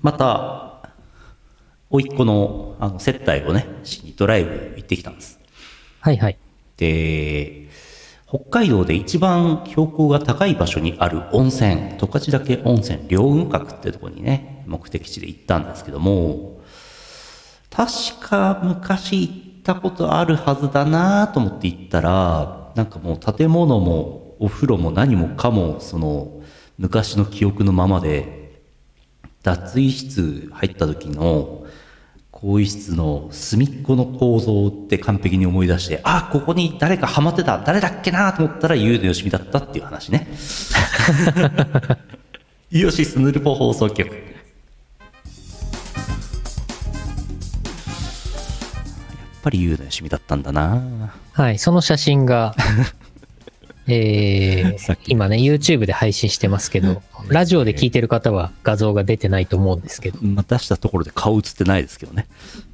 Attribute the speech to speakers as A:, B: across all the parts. A: また、甥いっ子のあの接待をね、しにドライブ行ってきたんです。
B: はいはい。
A: で、北海道で一番標高が高い場所にある温泉、十勝岳温泉両雲閣ってとこにね、目的地で行ったんですけども、確か昔行ったことあるはずだなと思って行ったら、なんかもう建物もお風呂も何もかも、その昔の記憶のままで、脱衣室入った時の更衣室の隅っこの構造って完璧に思い出して、あ、ここに誰かハマってた、誰だっけなと思ったら、ゆうのよしみだったっていう話ね。 イオシスヌルポ放送局。やっぱりゆうのよしみだったんだな
B: はい、その写真 が、え
A: さっ
B: ー、
A: き
B: 今ね、YouTube で配信してますけど、ラジオで聞いてる方は画像が出てないと思うんですけど、
A: まあ、出したところで顔映ってないですけどね。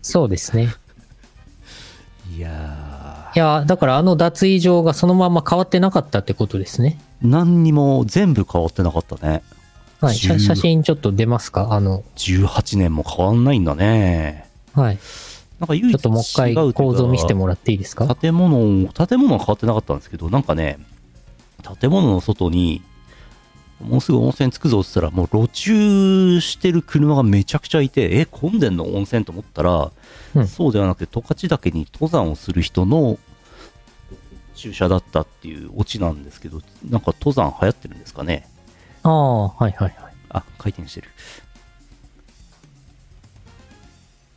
B: そうですね。
A: いや
B: いやー、だからあの脱衣場がそのまま変わってなかったってことですね。
A: ー、何にも全部変わってなかったね。
B: はい、写
A: 十
B: 写真ちょっと出ますかあの、
A: 18年も変わんないんだね。
B: はい。ち
A: なんか唯一違
B: ょっともう一回構造見せてもらっていいです
A: ら
B: か
A: 建物を、建物は変わってなかったんですけど、なんかね、建物の外に、もうすぐ温泉着くぞって言ったら、もう路駐してる車がめちゃくちゃいて、え、混んでんの温泉と思ったら、
B: うん
A: そうではなくて、十勝岳に登山をする人の駐車だったっていうオチなんですけど、なんか登山流行ってるんですかね。
B: ああ、はいはいはい。
A: あ、回転してる。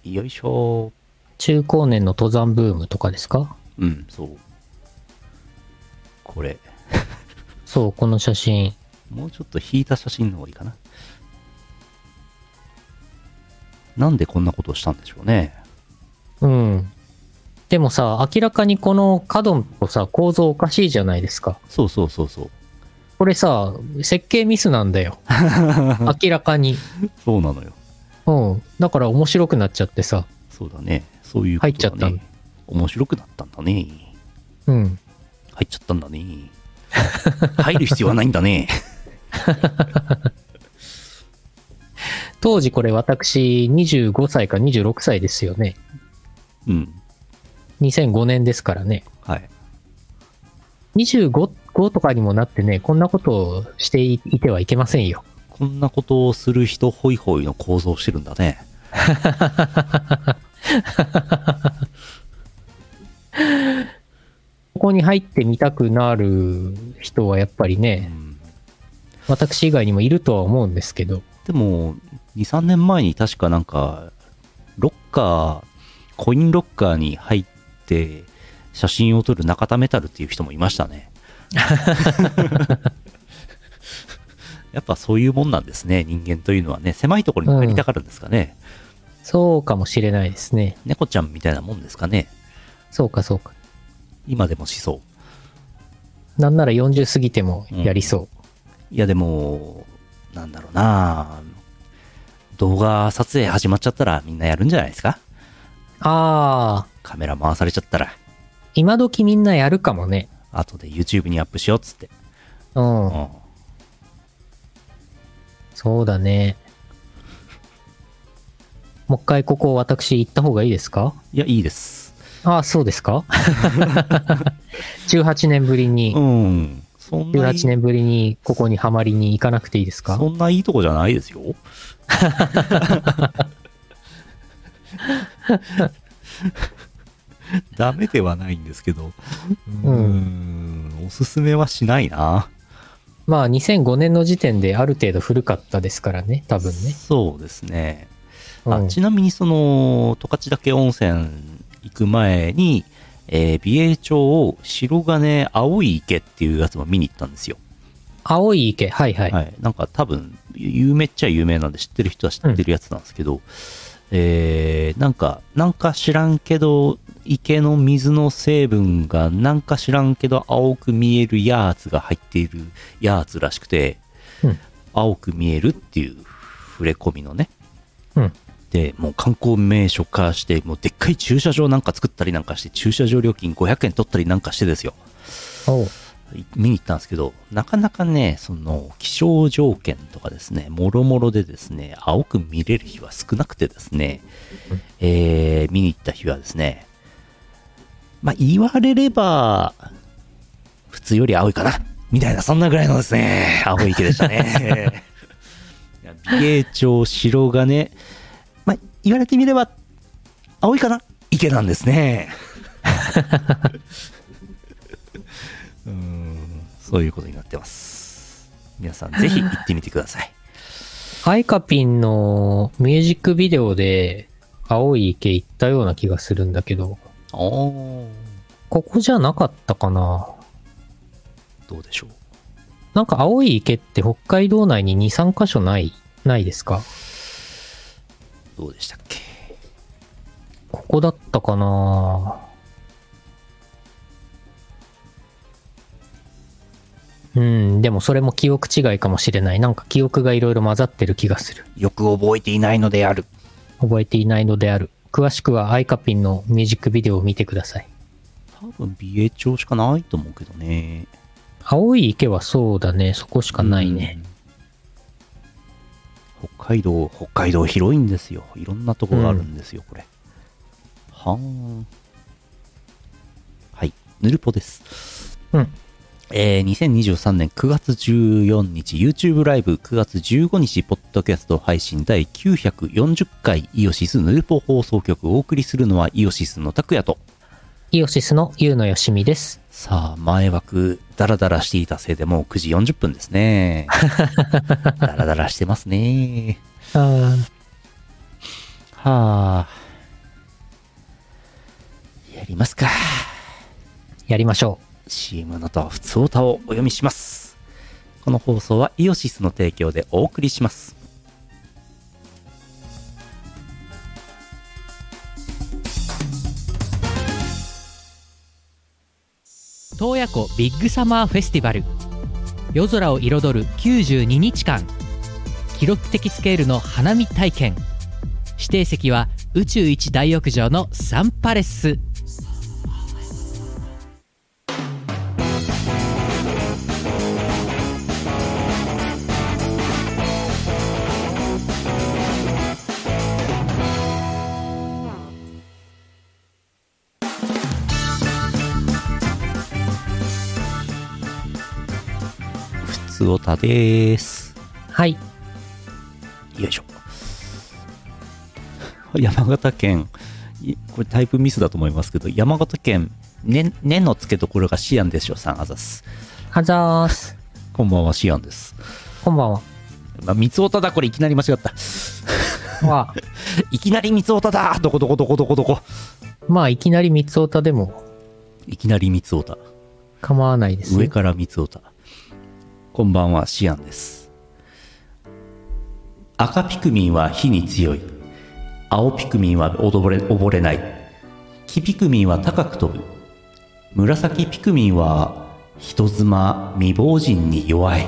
A: よいしょ
B: 中高年の登山ブームとかですか
A: ー。うん、そう。これ、
B: そう、この写真。
A: もうちょっと引いた写真の方がいいかな。なんでこんなことをしたんでしょうね。
B: うん。でもさ、明らかにこの角のさ、構造おかしいじゃないですか。
A: そうそうそうそう。
B: これさ、設計ミスなんだよ。明らかに。
A: そうなのよ。
B: うん。だから面白くなっちゃってさ。
A: そうだね。そういうことだね。
B: 入っちゃったの
A: 面白くなったんだね。
B: うん。
A: 入っちゃったんだね。入る必要はないんだね。
B: 当時これ私25歳か26歳ですよね。
A: うん。
B: 2005年ですからね。
A: はい。
B: 25 5とかにもなってね、こんなことをしていいてはいけませんよ。
A: こんなことをする人ホイホイの構造をしてるんだね。
B: ここに入ってみたくなる人はやっぱり
A: う
B: ね、
A: ん
B: 私以外にもいるとは思うんですけど。
A: でも、2、3年前に確かなんか、ロッカー、コインロッカーに入って、写真を撮る中田メタルっていう人もいましたね。やっぱそういうもんなんですね、人間というのはね。狭いところに入りたがるんですかね。
B: そうかもしれないですね。
A: 猫ちゃんみたいなもんですかね。
B: そうかそうか。
A: 今でもしそう。
B: なんなら40過ぎてもやりそう。
A: いやでも、なんだろうな動画撮影始まっちゃったらみんなやるんじゃないですか
B: ああ、
A: カメラ回されちゃったら、
B: 今時みんなやるかもね。
A: 後で YouTube にアップしようっつって。
B: うん。
A: うん。
B: そうだね。もう一回ここ私行った方がいいですか
A: いや、いいです。
B: ああ、そうで すか ?18 年ぶりに、
A: うん。そんないい
B: 18年ぶりにここにはまりに行かなくていいですか
A: そんないいとこじゃないです よ。ダメではないんですけど、うーん、おすすめはしないな。
B: まあ2005年の時点である程度古かったですからね、多分ね。
A: そうですね。
B: う
A: あ
B: ん、
A: ちなみにその十勝岳温泉行く前に、えー美瑛町を白金青い池っていうやつも見に行ったんですよ、
B: 青い池、はいは。
A: はいいなんか多分有名っちゃ有名なんで知ってる人は知ってるやつなんですけど、えーなんかなんか知らんけど池の水の成分がなんか知らんけど青く見えるやーつが入っているやーつらしくて、
B: うん
A: 青く見えるっていう触れ込みのね
B: うん。
A: でもう観光名所化してもうでっかい駐車場なんか作ったりなんかして駐車場料金500円取ったりなんかしてですよ
B: おう
A: い見に行ったんですけど、なかなかね、その気象条件とかですね、もろもろでですね、青く見れる日は少なくてですね、えー見に行った日はですね、まあ、言われれば、普通より青いかなみたいな、そんなぐらいのですね、青い池でしたね。 いや美瑛町白金、まあ、言われてみれば、青いかな池なんですね。うーんそういうことになってます。皆さん、ぜひ行ってみてくださ い。
B: アイカピンのミュージックビデオで青い池行ったような気がするんだけど、
A: お
B: ここじゃなかったかな。
A: どうでしょう。
B: なんか青い池って北海道内に2、3箇所ない、ないですか
A: どうでしたっけ
B: ここだったかなうん、でもそれも記憶違いかもしれない。なんか記憶がいろいろ混ざってる気がする。
A: よく覚えていないのである。
B: 覚えていないのである。詳しくはアイカピンのミュージックビデオを見てください。
A: 多分、美瑛町しかないと思うけどね。
B: 青い池はそうだね。そこしかないね。
A: うん。北海道、北海道広いんですよ。いろんなとこがあるんですよ、これ。はーん。はい、ヌルポです。
B: うん。
A: えー2023年9月14日 YouTube ライブ9月15日ポッドキャスト配信第940回イオシスヌルポ放送局をお送りするのはイオシスの拓也と
B: イオシスのゆうのよしみです。
A: さあ前枠ダラダラしていたせいでもう9時40分ですねダラダラしてますね
B: あ
A: はあやりますか
B: やりましょ
A: CM のと普通歌をお読みしますこの放送はイオシスの提供でお送りします
C: 東亜湖ビッグサマーフェスティバル夜空を彩る92日間記録的スケールの花見体験指定席は宇宙一大浴場のサンパレス
A: 普通歌です
B: う。はい。
A: よいしょ 山形県いこれタイプミスだと思いますけど山形県ね「ね」の付けどころがシアンでしょさんあざっす
B: あざーす。
A: こんばんはシアンです
B: こんばんは。
A: まあ、三つおただこれいきなり間違った
B: わ
A: いきなり三つおただどこどこどこどこどこ
B: まあ、いきなり三つおたでも
A: いきなり三つおた
B: 構わないです
A: 上
B: ね。
A: から三つおたこんばんはシアンです赤ピクミンは火に強い青ピクミンは溺れ溺れない黄ピクミンは高く飛ぶ紫ピクミンは人妻未亡人に弱い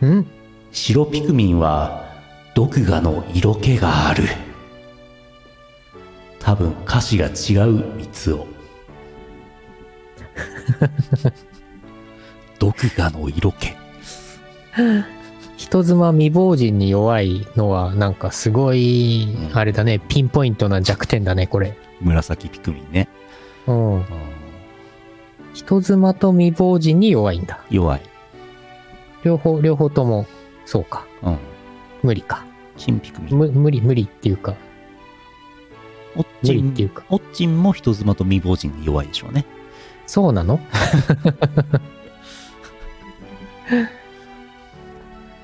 B: うん
A: 白ピクミンは毒牙の色気がある多分歌詞が違う三つ を毒牙の色気
B: 人妻未亡人に弱いのは、なんかすごい、
A: うん
B: あれだね、ピンポイントな弱点だね、これ。
A: 紫ピクミンね
B: うん。人妻と未亡人に弱いんだ。
A: 弱い、
B: 両方、両方とも、そうか。
A: うん、
B: 無理か。
A: 金ピクミン
B: む無理、無理っていうか、
A: おっ
B: 無
A: ち
B: 理っ
A: ん
B: ていうか
A: おっちんも人妻と未亡人に弱いでしょうね
B: そうなの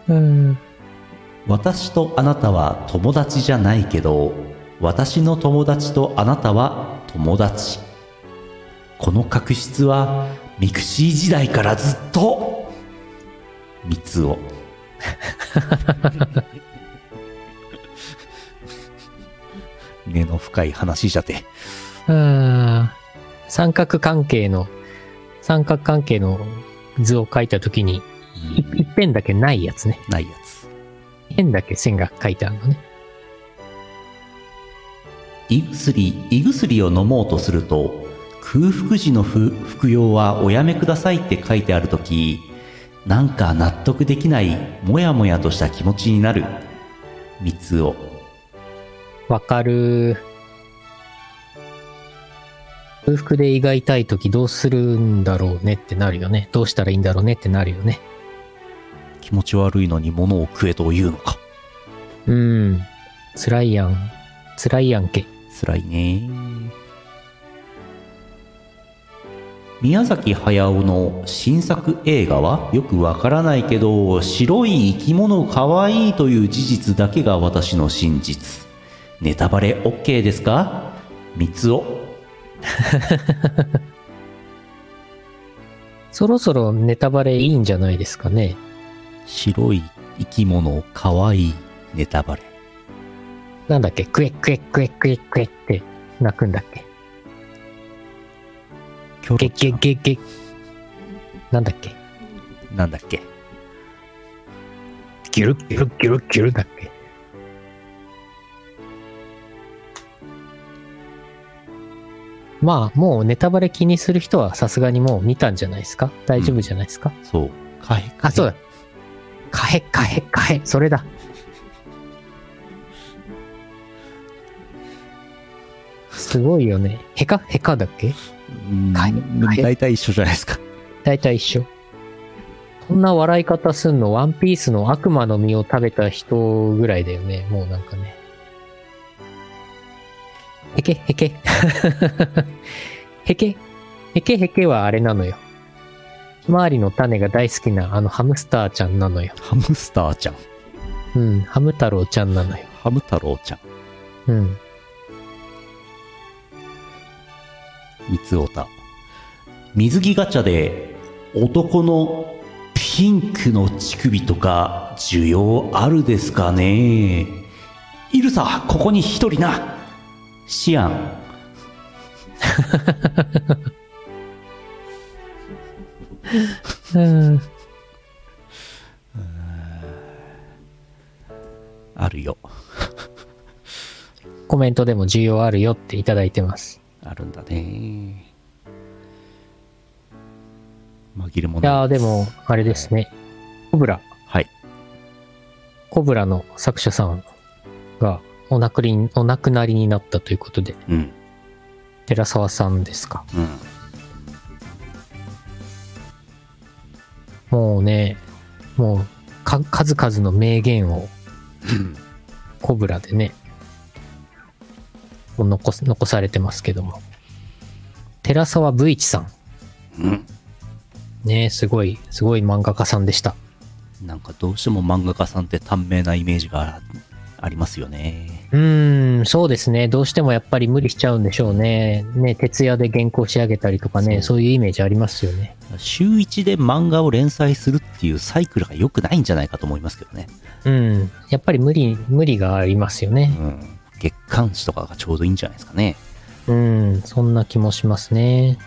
B: うん。
A: 私とあなたは友達じゃないけど私の友達とあなたは友達この確執はミクシー時代からずっと三つを 根の深い話じゃて
B: うん三角関係の、三角関係の図を書いたときに、い一辺だけないやつね。
A: ないやつ
B: 一辺だけ線が書いてあるのね。
A: 胃薬胃薬を飲もうとすると空腹時の服服用はおやめくださいって書いてある時なんか納得できないモヤモヤとした気持ちになる三つを
B: わかる。空腹で胃が痛い時どうするんだろうねってなるよね。どうしたらいいんだろうねってなるよね。
A: 気持ち悪いのに物を食えというのか
B: うん。辛いやん。辛いやんけ。
A: 辛いね宮崎駿の新作映画はよくわからないけど白い生き物かわいいという事実だけが私の真実ネタバレ OK ですか三つお
B: そろそろネタバレいいんじゃないですかね。
A: 白い生き物かわいいネタバレ
B: なんだっけクエクエクエクエクエって泣くんだっけ
A: キョ
B: ゲ
A: ロち
B: ゲ
A: ゃん
B: ゲゲ。なんだっけ
A: なんだっけ
B: ギュルギュルギュルギュルだっけまあ、もうネタバレ気にする人はさすがにもう見たんじゃないですか大丈夫じゃないですか、
A: そうカヘカヘ
B: あ、そうだ。カヘカヘカヘ、それだ。すごいよね。ヘカヘカだっけ
A: うん
B: カヘカヘ
A: 大体一緒じゃないですか
B: 大体一緒。こんな笑い方すんの、ワンピースの悪魔の実を食べた人ぐらいだよね。もうなんかね。へけへ け。へけ。へけへけはあれなのよ。ひまわりの種が大好きなあのハムスターちゃんなのよ。
A: ハムスターちゃん
B: うん、ハム太郎ちゃんなのよ。
A: ハム太郎ちゃん
B: うん。
A: 三つおた水着ガチャで男のピンクの乳首とか需要あるですかねいるさここに一人なシアン
B: うん。
A: あるよ
B: コメントでも需要あるよっていただいてます。
A: あるんだね紛れも
B: いや
A: な
B: ー
A: い
B: でも、あれですね。コブラ、
A: はい
B: コブラの作者さんがお亡くりにお亡くなりになったということで、
A: うん
B: 寺澤さんですか。
A: うん
B: もうね、もうか数々の名言を、コブラでね、こう残す残されてますけども。寺澤ブイチさん。
A: うん
B: ねすごい、すごい漫画家さんでした。
A: なんかどうしても漫画家さんって短命なイメージがありますよね
B: うーん、そうですね。どうしてもやっぱり無理しちゃうんでしょうね。ね、徹夜で原稿仕上げたりとかね、そういうイメージありますよね。
A: 週1で漫画を連載するっていうサイクルが良くないんじゃないかと思いますけどね、
B: うん。やっぱり無理、無理がありますよね。
A: うん、月刊誌とかがちょうどいいんじゃないですかね
B: うん、そんな気もしますね。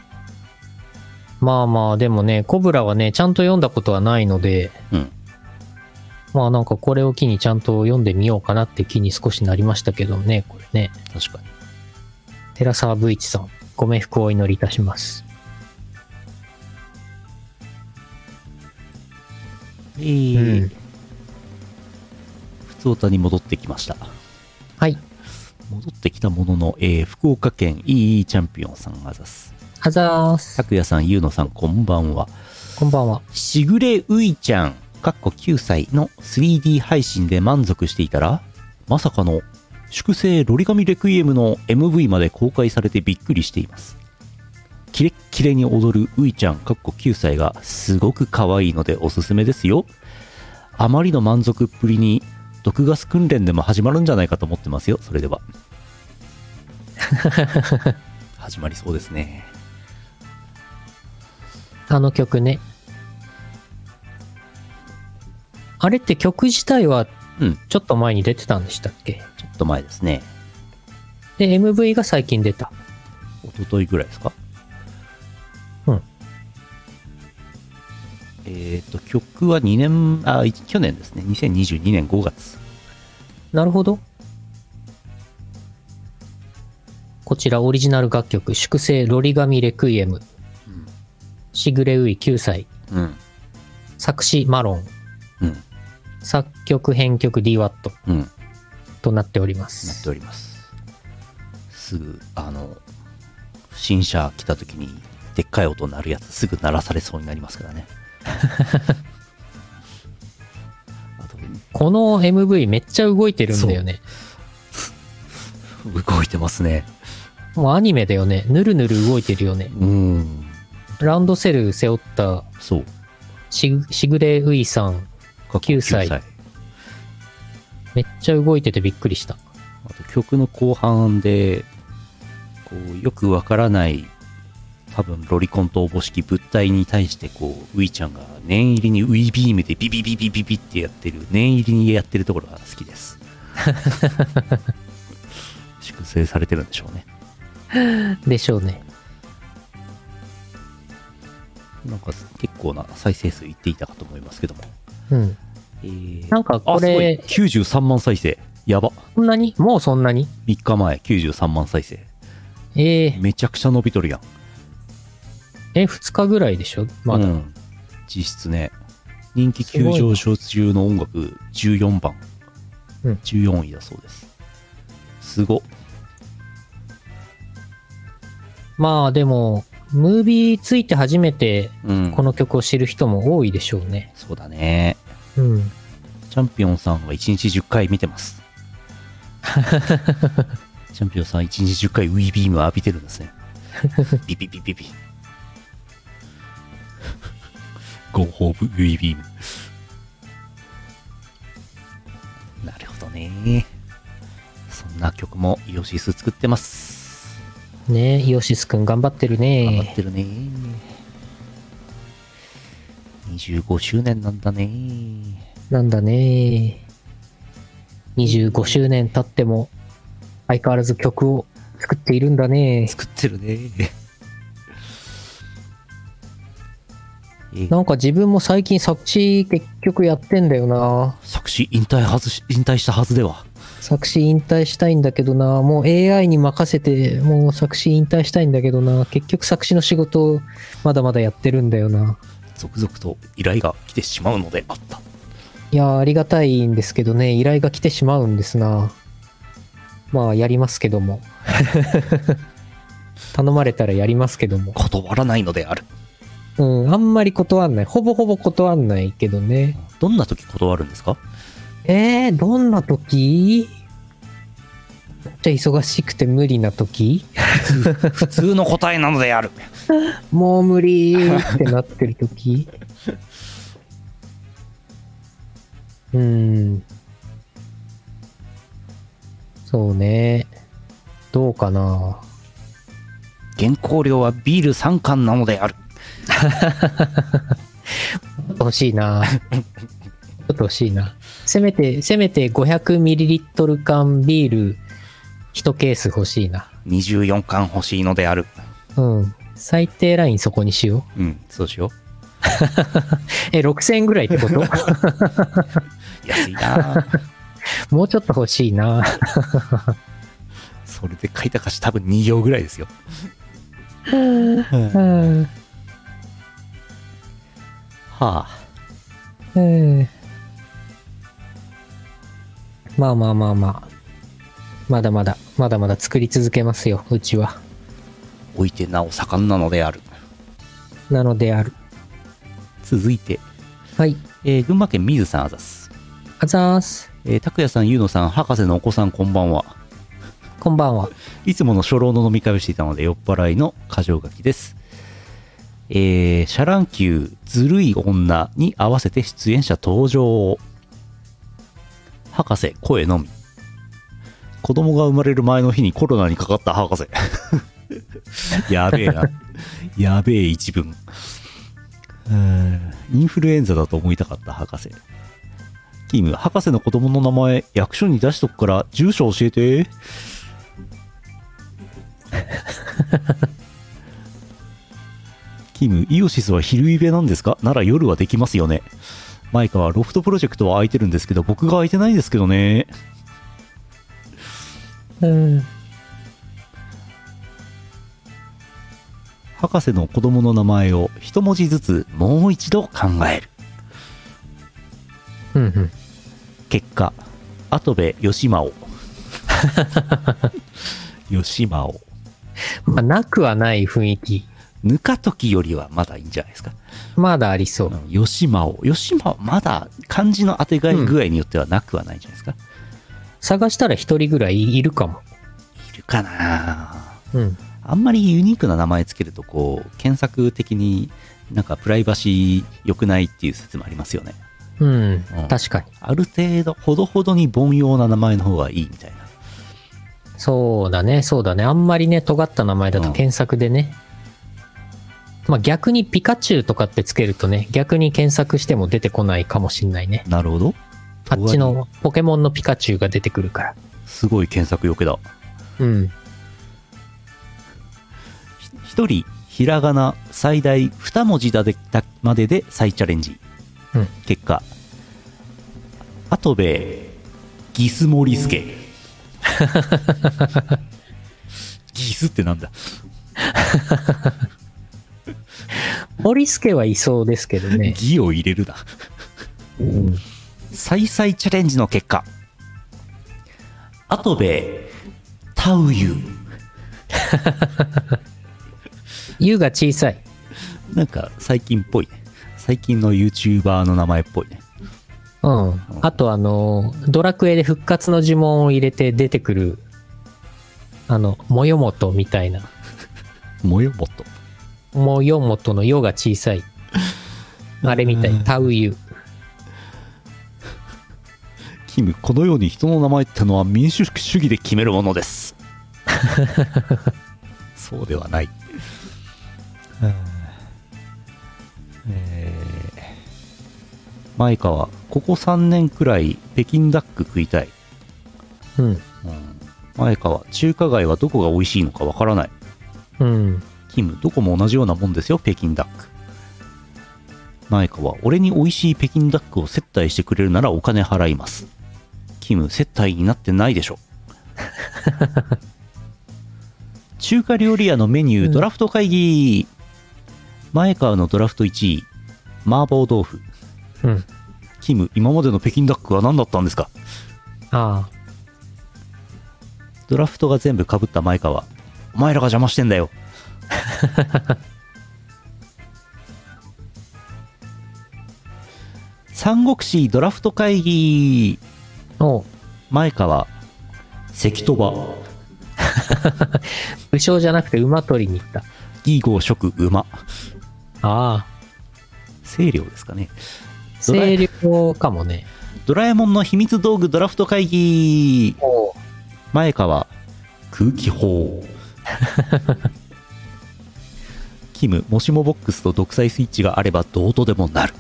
B: まあまあ、でもね、コブラはね、ちゃんと読んだことはないので、
A: うん
B: まあなんかこれを機にちゃんと読んでみようかなって気に少しなりましたけどね、これね。
A: 確かに
B: 寺沢ブイチさん、ご冥福をお祈りいたします。
A: えー
B: うん
A: 普通歌に戻ってきました
B: はい。
A: 戻ってきたものの、えー福岡県 EE チャンピオンさんあざす
B: あざーす。
A: 拓也さんゆうのさんこんばんは
B: こんばんは。
A: しぐれういちゃん、かっこ9歳の 3D 配信で満足していたら、まさかの粛清ロリガミレクイエムの MV まで公開されてびっくりしています。キレッキレに踊るういちゃん、かっこ9歳がすごく可愛いのでおすすめですよ。あまりの満足っぷりに、毒ガス訓練でも始まるんじゃないかと思ってますよ、それでは。始まりそうですね。
B: あの曲ね。あれって曲自体は
A: うん、
B: ちょっと前に出てたんでしたっけ
A: ちょっと前ですね。
B: で、MV が最近出た。
A: 一昨日ぐらいですか
B: うん
A: えっ、と曲は2年あい去年ですね2022年5月
B: なるほど。ここちらオリジナル楽曲、粛清ロリガミレクイエム。しぐれうい9歳。
A: うん。
B: 作詞マロン。
A: うん。
B: 作曲編曲 DWAT
A: うん。な
B: となっておりま
A: っ
B: す。
A: ております。すぐ、あの、不審者来た時に、でっかい音鳴るやつ、すぐ鳴らされそうになりますから ね。あと、
B: この MV めっちゃ動いてるんだよね。
A: 動いてますね。
B: もうアニメだよね。ぬるぬる動いてるよね。
A: うん。
B: ランドセル背負った
A: そう。
B: しぐしぐれういさん。
A: 過
B: 9歳めっちゃ動いててびっくりした。
A: あと曲の後半でこうよくわからない多分ロリコンとおぼしき物体に対してこうウイちゃんが念入りにウイビームでビビビビビビってやってる念入りにやってるところが好きです 粛清されてるんでしょうね
B: でしょうね。
A: なんか結構な再生数いっていたかと思いますけども、
B: うん。
A: えー
B: なんかこ
A: あすごい
B: れ、
A: 93万再生やば
B: こんなにもうそんなに
A: 3日前93万再生
B: えー、
A: めちゃくちゃ伸びとるやん
B: え、2日ぐらいでしょまだ。
A: うん実質ね人気急上昇中の音楽14番、
B: うん
A: 14位だそうですすごっ
B: まあでも、ムービーついて初めて
A: うん
B: この曲を知る人も多いでしょうね。
A: そうだね
B: うん。
A: チャンピオンさんは1日10回見てます チャンピオンさん1日10回ウィービーム浴びてるん ですねビビビビビゴーホーブウィービームなるほどねそんな曲もイオシス作ってます
B: ねえ、イオシスくん頑張ってる
A: 頑張っ
B: ね。
A: てるね25周年なんだね
B: なんだね。25周年経っても、相変わらず曲を作っているんだ ね。
A: 作ってるねえ
B: なんか自分も最近作詞結局やってんだよな。
A: 作詞引退はずし引退したはずでは
B: 作詞引退したいんだけどな。もう AI に任せて、もう作詞引退したいんだけどな。結局作詞の仕事をまだまだやってるんだよな。
A: 続々と依頼が来てしまうのであった
B: いやー、ありがたいんですけどね。依頼が来てしまうんですな。まあ、やりますけども。 頼まれたらやりますけども。
A: 断らないのである
B: うん、あんまり断んない。ほぼほぼ断んないけどね。
A: どんな時断るんですか
B: えー、どんな時めっちゃ忙しくて無理な時
A: 普通の答えなのである
B: もう無理ってなってる時うーん。そうね。どうかな。
A: 原稿料はビール3缶なのである
B: 欲しいな。ちょっと欲しいな。せめて、せめて 500ml 缶ビール1ケース欲しいな。
A: 24缶欲しいのである
B: うん。最低ラインそこにしよう。
A: うんそうしよ
B: え、6000円ぐらいってこと
A: う安いなあ
B: もうちょっと欲しいな。
A: それで書いた歌詞多分2行ぐらいですよ
B: うん。
A: はあ
B: うんまあまあまあまあ。まだまだ、まだまだ作り続けますよ、うちは。
A: 置いてなお盛んなのである
B: なのである。
A: 続いて、
B: はい。
A: えー群馬県水さんあざす
B: あざーす。
A: えー、拓也さん、ゆうのさん、博士のお子さん、こんばんは。
B: こんばんは。
A: いつもの初老の飲み会をしていたので、酔っ払いの過剰書きです。えー、シャランキュー、ずるい女に合わせて出演者登場。博士、声のみ。子供が生まれる前の日にコロナにかかった博士。 やべえな。やべえ一文。うーんインフルエンザだと思いたかった博士。キム、博士の子供の名前、役所に出しとくから、住所教えて。キム、イオシスは昼イベなんですかなら夜はできますよね。マイカはロフトプロジェクトは空いてるんですけど、僕が空いてないんですけどね。
B: うん。
A: 博士の子供の名前を一文字ずつもう一度考える
B: うんうん。
A: 結果跡部義真を義真を
B: まあ、なくはない雰囲気。
A: ぬか時よりはまだいいんじゃないですか
B: まだありそう
A: う。ん義真を義真はまだ漢字の当てがい具合によってはなくはないんじゃないですか、
B: 探したら一人ぐらいいるかも。
A: いるかな
B: うん。
A: あんまりユニークな名前つけるとこう検索的になんかプライバシー良くないっていう説もありますよね
B: うん。確かに。
A: ある程度ほどほどに凡庸な名前の方がいいみたいな
B: そうだね、そうだね。あんまりね、尖った名前だと
A: うん
B: 検索でね。まあ逆にピカチュウとかってつけるとね、逆に検索しても出てこないかもしんないね。
A: なるほど
B: あっちのポケモンのピカチュウが出てくるから。
A: すごい検索よけだ
B: うん。
A: ひ一人ひらがな最大2文字だでだまでで再チャレンジ、
B: うん
A: 結果アトベギスモリスケ ギスってなんだ
B: オリスケはいそうですけどね。
A: ギを入れるな
B: うん
A: 再々チャレンジの結果アトベタウユ
B: ユが小さい。
A: なんか最近っぽいね最近の YouTuber の名前っぽいね
B: うん。あとあの、ドラクエで復活の呪文を入れて出てくる、あの、モヨモトみたいな。
A: もよもっと
B: モヨモトのヨが小さい。あれみたい。タウユ。
A: キムこのように人の名前ってのは民主主義で決めるものです そうではないえー前川ここ3年くらい北京ダック食いたい、
B: うん。
A: うん、前川中華街はどこが美味しいのかわからない
B: うん。
A: キムどこも同じようなもんですよ北京ダック前川俺に美味しい北京ダックを接待してくれるならお金払いますキム接待になってないでしょ中華料理屋のメニュードラフト会議、前川のドラフト1位麻婆豆腐
B: うん。
A: キム今までの北京ダックは何だったんですか
B: ああ。
A: ドラフトが全部かぶった前川お前らが邪魔してんだよ三国志ドラフト会議
B: おう
A: 前川関戸場
B: 武将じゃなくて馬取りに行った。
A: 義号職馬
B: ああ。
A: 清涼ですかねドラえ
B: 清涼かもね。
A: ドラえもんの秘密道具ドラフト会議
B: おう
A: 前川空気砲 キムもしもボックスと独裁スイッチがあればどうとでもなる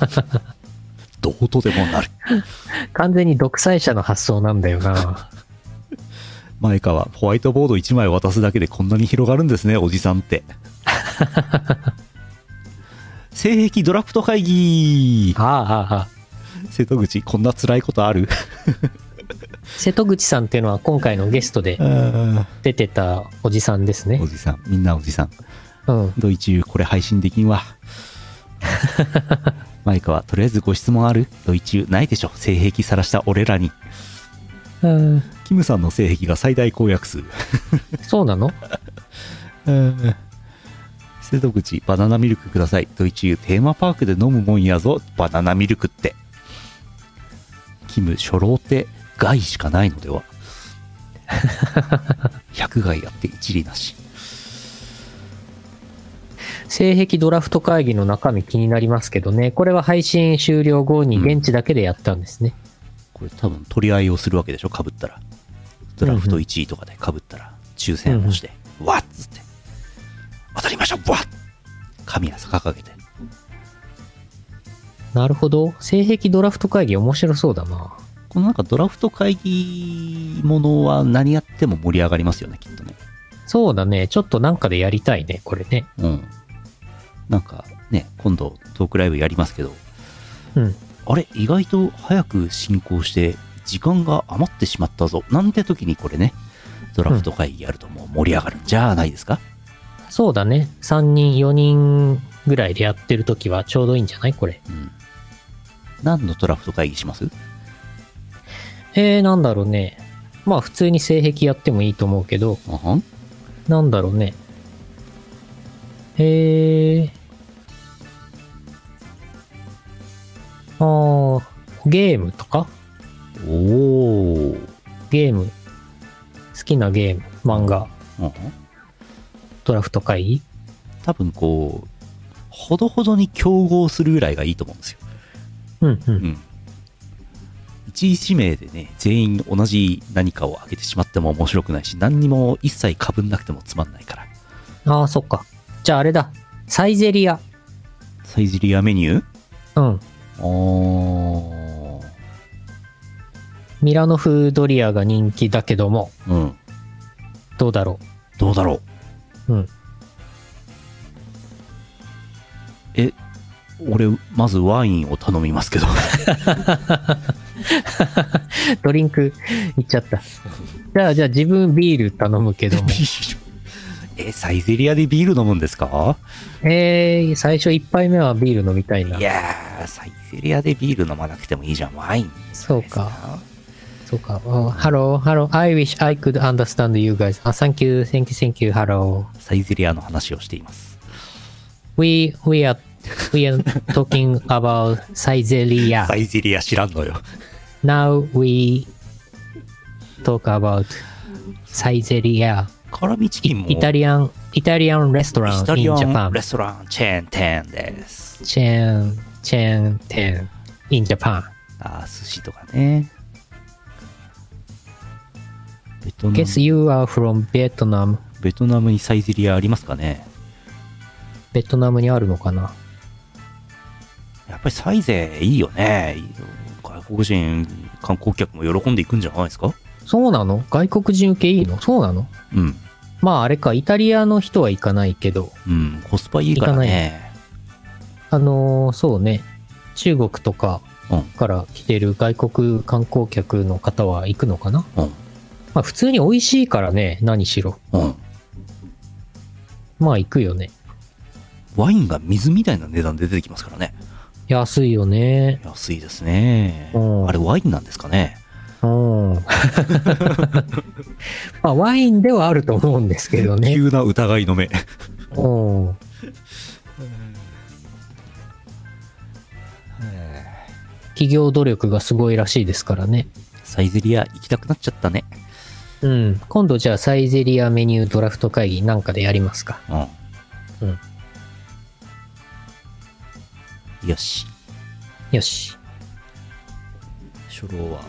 A: どうとでもなる
B: 完全に独裁者の発想なんだよな。
A: 前川ホワイトボード1枚渡すだけでこんなに広がるんですねおじさんって 性癖ドラフト会議
B: ああああああ。
A: 瀬戸口こんな辛いことある
B: 瀬戸口さんっていうのは今回のゲストで
A: あ
B: 出てたおじさんです
A: ーお
B: ね。
A: じさんみんなおじさん
B: うん。
A: ドイチューこれ配信できんわマイカはとりあえずご質問あるドイチューないでしょ性癖さらした俺らに
B: うん、
A: キムさんの性癖が最大公約数
B: そうなの
A: 瀬戸口バナナミルクくださいドイチューテーマパークで飲むもんやぞバナナミルクってキム初老って害しかないのでは100害あって一理なし
B: 性癖ドラフト会議の中身気になりますけどね。これは配信終了後に現地だけでやったんですね。
A: これ多分取り合いをするわけでしょかぶったらドラフト1位とかでかぶったら抽選をして、わっつって当たりましたわっ神朝掲げて
B: なるほど。性癖ドラフト会議面白そうだな。
A: このなんかドラフト会議ものは何やっても盛り上がりますよねきっとね
B: そうだね。ちょっとなんかでやりたいね、これね。
A: うんなんかね今度トークライブやりますけど
B: うん。
A: あれ意外と早く進行して時間が余ってしまったぞなんて時にこれねドラフト会議やるともう盛り上がるんじゃないですか、
B: そうだね。3人、4人ぐらいでやってるときはちょうどいいんじゃないこれ。
A: うん。何のトラフト会議します
B: えー、なんだろうね。まあ普通に性癖やってもいいと思うけど、
A: あはん
B: なんだろうね。へえ。ああ、ゲームとか
A: おー。
B: ゲーム。好きなゲーム、漫画、
A: あはん
B: ドラフト会議
A: 多分こう、ほどほどに競合するぐらいがいいと思うんですよ。
B: うんう。
A: うんん。1名でね、全員同じ何かを挙げてしまっても面白くないし、何にも一切被んなくてもつまんないから。
B: ああ、そっか。じゃああれだ。サイゼリア。
A: サイゼリアメニュー
B: うん。
A: あー。
B: ミラノ風ドリアが人気だけども、
A: うん。
B: どうだろ
A: どうだろう
B: う。うん。
A: え俺まずワインを頼みますけど
B: ドリンクいっちゃった。じゃあ、じゃあ自分ビール頼むけ ども。
A: えサイゼリアでビール飲むんですか
B: えー、最初1杯目はビール飲みたいな。
A: いやーサイゼリアでビール飲まなくてもいいじゃんワイン
B: そうか。そうか。Oh, hello, hello. I wish I could understand you guys. あ、thank you, thank you, thank you, hello.
A: サイゼリアの話をしています
B: We, we are, we are talking about Saizeriya.
A: サイゼリア知らんのよ
B: Now we talk about Saizeriya.
A: 辛味チキンも
B: イタリアン、イタリアンレストラ
A: イ
B: ン in
A: タリアン
B: Japan.
A: レストランチェーン店です
B: チェーン、チェーン店 in Japan.
A: あー寿司とかねベトナム
B: Guess you are from Vietnam.
A: ベトナムにサイゼリアありますかね
B: ベトナムにあるのかな
A: やっぱりサイゼいいよね。外国人、観光客も喜んでいくんじゃないですか
B: そうなの外国人受けいいのそうなの
A: うん。
B: まああれか、イタリアの人は行かないけど、
A: うん。コスパいいからね。
B: あのーそうね、中国とかから来てる外国観光客の方は行くのかな
A: うん。
B: まあ普通に美味しいからね、何しろ。
A: うん。
B: まあ行くよね。
A: ワインが水みたいな値段で出てきますからね。
B: 安いよね。
A: 安いですね。
B: うん
A: あれワインなんですかね
B: うん。まあワインではあると思うんですけどね。
A: 急な疑いの目。
B: うん。企業努力がすごいらしいですからね。
A: サイゼリア行きたくなっちゃったね。
B: うん。今度じゃあサイゼリアメニュードラフト会議なんかでやりますか。
A: うん。うん。よし。
B: よし。
A: 初老は、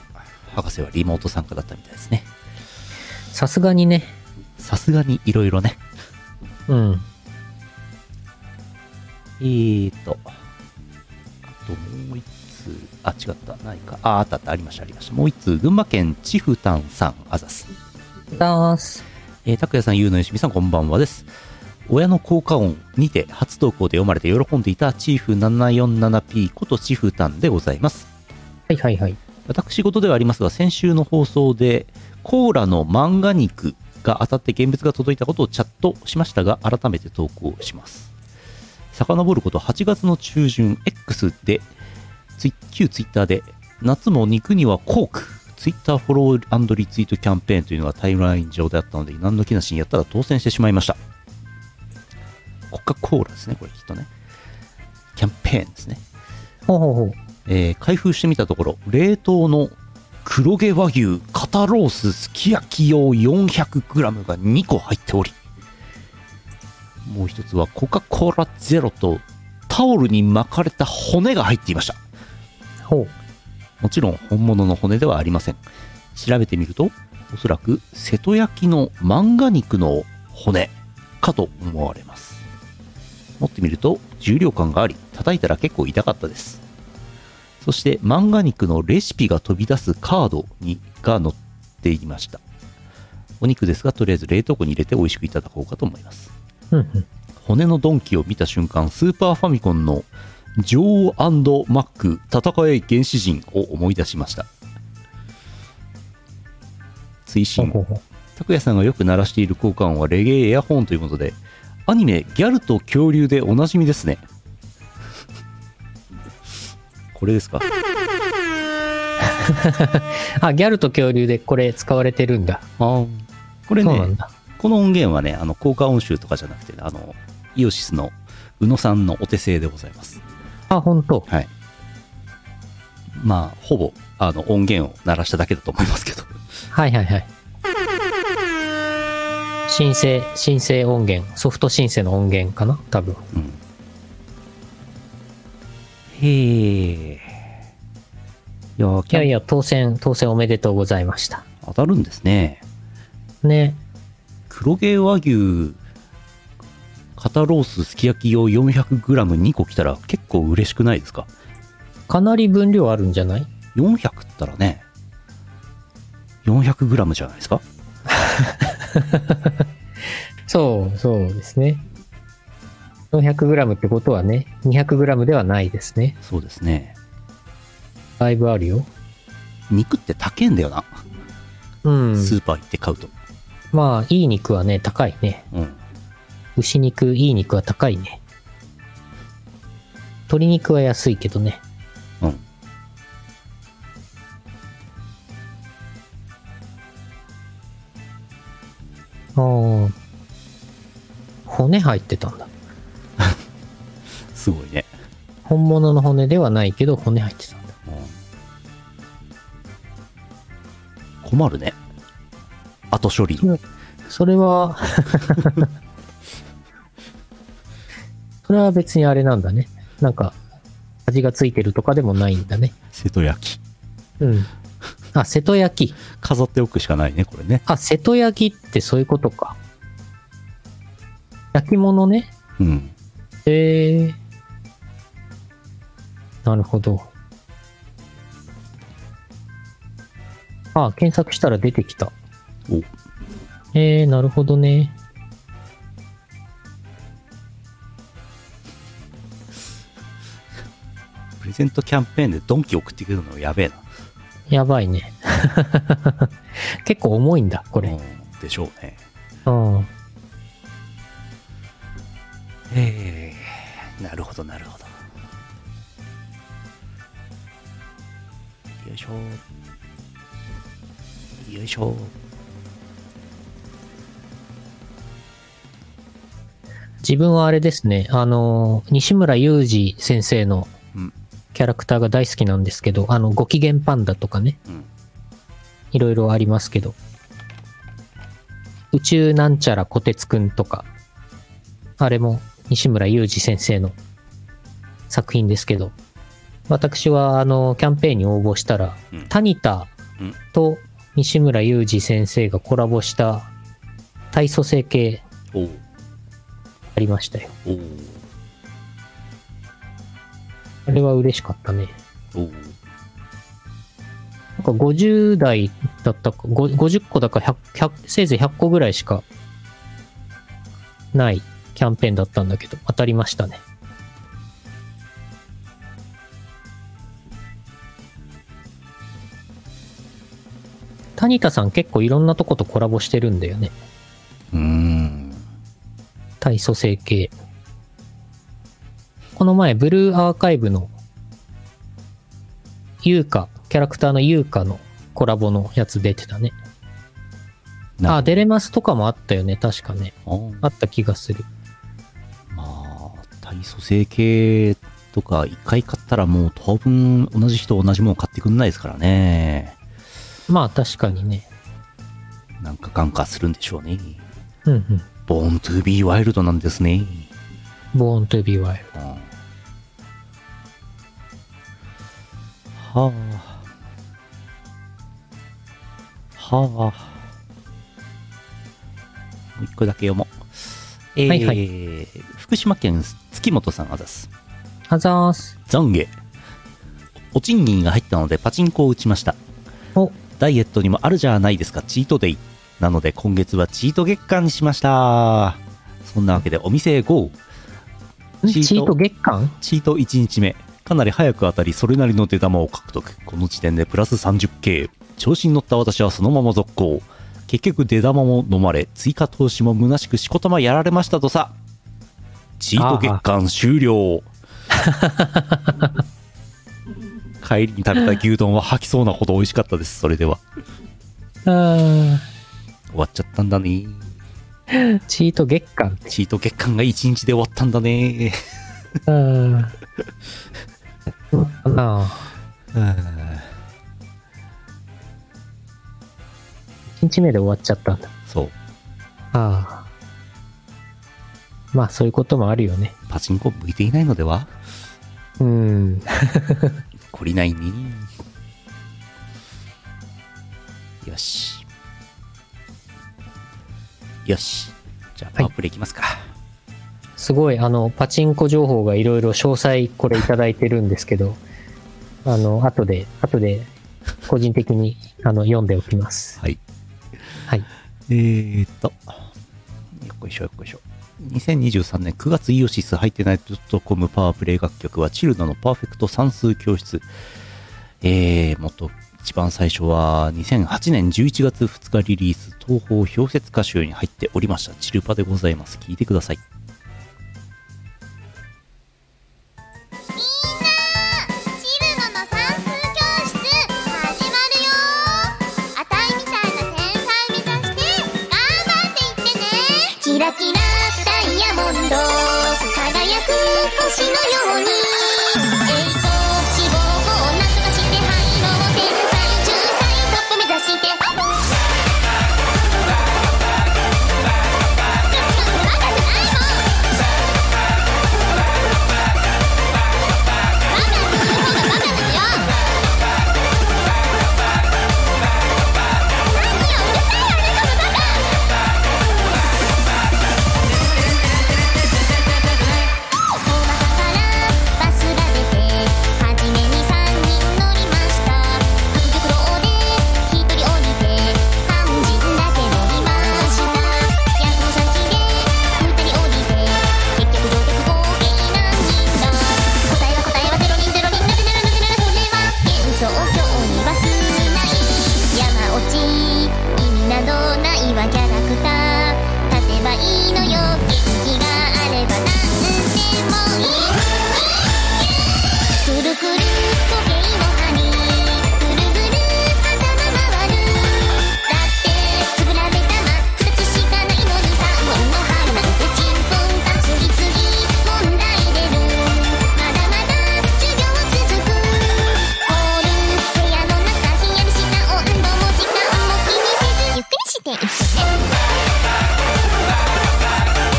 A: 博士はリモート参加だったみたいですね。
B: さすがにね。
A: さすがにいろいろね。
B: うん。
A: えーと、あともう一通、あ、違った、ないか。あ、あったあった、ありました、ありました。もう一通、群馬県チフタンさん、あざす。
B: ダース。
A: えー、拓也さん、ゆうのよしみさん、こんばんはです。親の効果音にて初投稿で読まれて喜んでいたチーフ 747P ことチフタンでございます。
B: はいはいはい。
A: 私事ではありますが先週の放送でコーラの漫画肉が当たって現物が届いたことをチャットしましたが改めて投稿します遡ること8月の中旬 X でツイ旧ツイッターで夏も肉にはコークツイッターフォローリツイートキャンペーンというのがタイムライン上であったので何の気なしにやったら当選してしまいましたコカ・コーラですねこれきっとねキャンペーンですね
B: ほうほうほう。
A: えー開封してみたところ冷凍の黒毛和牛肩ロースすき焼き用 400g が2個入っておりもう一つはコカ・コーラゼロとタオルに巻かれた骨が入っていました
B: ほう。
A: もちろん本物の骨ではありません調べてみるとおそらく瀬戸焼きの漫画肉の骨かと思われます持ってみると重量感があり叩いたら結構痛かったですそして漫画肉のレシピが飛び出すカードにが載っていましたお肉ですがとりあえず冷凍庫に入れて美味しくいただこうかと思います
B: うんうん。
A: 骨のドンキを見た瞬間スーパーファミコンの「女王マック戦え原始人」を思い出しました追
B: ほう
A: 伸
B: ほうほう。
A: 拓也さんがよく鳴らしている効果音はレゲエエアホーンということでアニメ「ギャルと恐竜」でおなじみですねこれですか
B: あ、ギャルと恐竜でこれ使われてるんだ。
A: これ
B: そうなん
A: ね
B: だ。
A: この音源はねあの効果音集とかじゃなくてあのイオシスの宇野さんのお手製でございます
B: あ、本当。
A: はいまあほぼあの音源を鳴らしただけだと思いますけど
B: はいはいはい。申請、申請音源。ソフト申請の音源かな多分。
A: うんへえいやー
B: い
A: キ
B: や
A: ャ
B: い
A: ン
B: や、当選、当選おめでとうございました。
A: 当たるんですね
B: ね。
A: 黒毛和牛肩ロースすき焼き用 400g2 個来たら結構嬉しくないですか
B: かなり分量あるんじゃない
A: 400ったらね 400g じゃないですか
B: そう、そうですね。400g ってことはね、200g ではないですね。
A: そうですね
B: だいぶあるよ。
A: 肉って高いんだよな、
B: うん。
A: スーパー行って買うと
B: まあ、いい肉はね、高いね。
A: うん
B: 牛肉、いい肉は高いね。鶏肉は安いけどね。
A: うん
B: ああ。骨入ってたんだ。
A: すごいね、
B: 本物の骨ではないけど、骨入ってたんだ。
A: うん困るね後処理
B: それは、それは別にあれなんだね。なんか、味がついてるとかでもないんだね。
A: 瀬戸焼き
B: うん。あ、瀬戸焼き。
A: 飾っておくしかないねこれね
B: あ、瀬戸焼きってそういうことか。焼き物ね。
A: うん
B: へえ。なるほど。あ、検索したら出てきた。
A: お
B: えー、なるほどね。
A: プレゼントキャンペーンでドンキ送ってくるのやべえな
B: やばいね。 結構重いんだ、これ。
A: うんでしょうね
B: うん。
A: ええなるほどなるほどよいしょよいしょ
B: 自分はあれですね、あの、西村雄二先生の
A: うん
B: キャラクターが大好きなんですけど、あの、ご機嫌パンダとかね、
A: うん
B: いろいろありますけど、宇宙なんちゃらこてつくんとか、あれも西村雄二先生の作品ですけど、私はあの、キャンペーンに応募したら、
A: うん
B: タニタ
A: うん
B: と西村雄二先生がコラボした体組成系
A: おう
B: ありましたよ。
A: おう
B: あれは嬉しかったね。
A: おう
B: なんか50代だったか、ご50個だか100 100せいぜい100個ぐらいしかないキャンペーンだったんだけど、当たりましたね。谷田さん結構いろんなとことコラボしてるんだよね。
A: うーん
B: 体組成系。この前、ブルーアーカイブの、優香、キャラクターの優香のコラボのやつ出てたね。
A: な
B: あ、デレマスとかもあったよね、確かね。
A: あー
B: あった気がする。
A: まあ体組成系とか一回買ったらもう当分同じ人同じもの買ってくんないですからね
B: まあ、確かにね。
A: なんか眼科するんでしょうね
B: うんうん。
A: ボーントゥービーワイルドなんですね
B: ボーンとビワイル。
A: うんはあはあもう一個だけ読もうえー
B: はいは
A: 福島県月本さんあざす
B: あざーす。
A: 懺悔お賃金が入ったのでパチンコを打ちました
B: お、
A: ダイエットにもあるじゃないですかチートデイなので今月はチート月間にしましたそんなわけでお店へ GO
B: ん
A: チ
B: チ
A: ート
B: ート月間
A: チート1日目かなり早く当たりそれなりの出玉を獲得この時点でプラス 30K 調子に乗った私はそのまま続行結局出玉も飲まれ追加投資も虚しくしこたまやられましたとさチート月間終了帰りに食べた牛丼は吐きそうなほど美味しかったですそれでは
B: あ
A: 終わっちゃったんだね
B: ーチート月間。
A: チート月間が1日で終わったんだね
B: あーそうだな1日目で終わっちゃったんだ。
A: そう
B: ああ。まあ、そういうこともあるよね。
A: パチンコ向いていないのでは
B: うん。
A: 懲りないねよしよしじゃあパワープレイいきますか、
B: すごい、あの、パチンコ情報がいろいろ詳細これいただいてるんですけど、あの、後で、後で、個人的に、あの、読んでおきます。
A: はい
B: はい。
A: えーっと、よっこいしょよっこいしょ。2023年9月イオシス入ってない .com パワープレイ楽曲はチルノのパーフェクト算数教室。えー、もっと一番最初は2008年11月2日リリース東方氷雪歌集に入っておりましたチルパでございます。聞いてください。
D: みんなチルノの算数教室始まるよあたいみたいな天才目指して頑張っていってねキラキラダイヤモンド輝く星のように栄光希望をなんとかして灰色を天才中最トップ目指して高くないもんバカする方がバカなのよ何ようるさいわねこのバカお腹からバスが出てはじめに3人乗りました福袋で1人降りて半人だけ乗りました矢の先で2人降りて結局乗客合計何人だ答えは答えは0人0人なぜならなぜならそれは幻想郷にはすない山落ち意味などないわキャラクター立てばいいのよ景色があればなんでもいいくるくる時計の針ぐるぐる頭回るだってつぶら目玉2つしかないのに3本の針なんてちんぷんかん次々問題出るまだまだ授業続くホール部屋の中ひんやりした温度も時間も気にせずゆっくりしていってねだからバ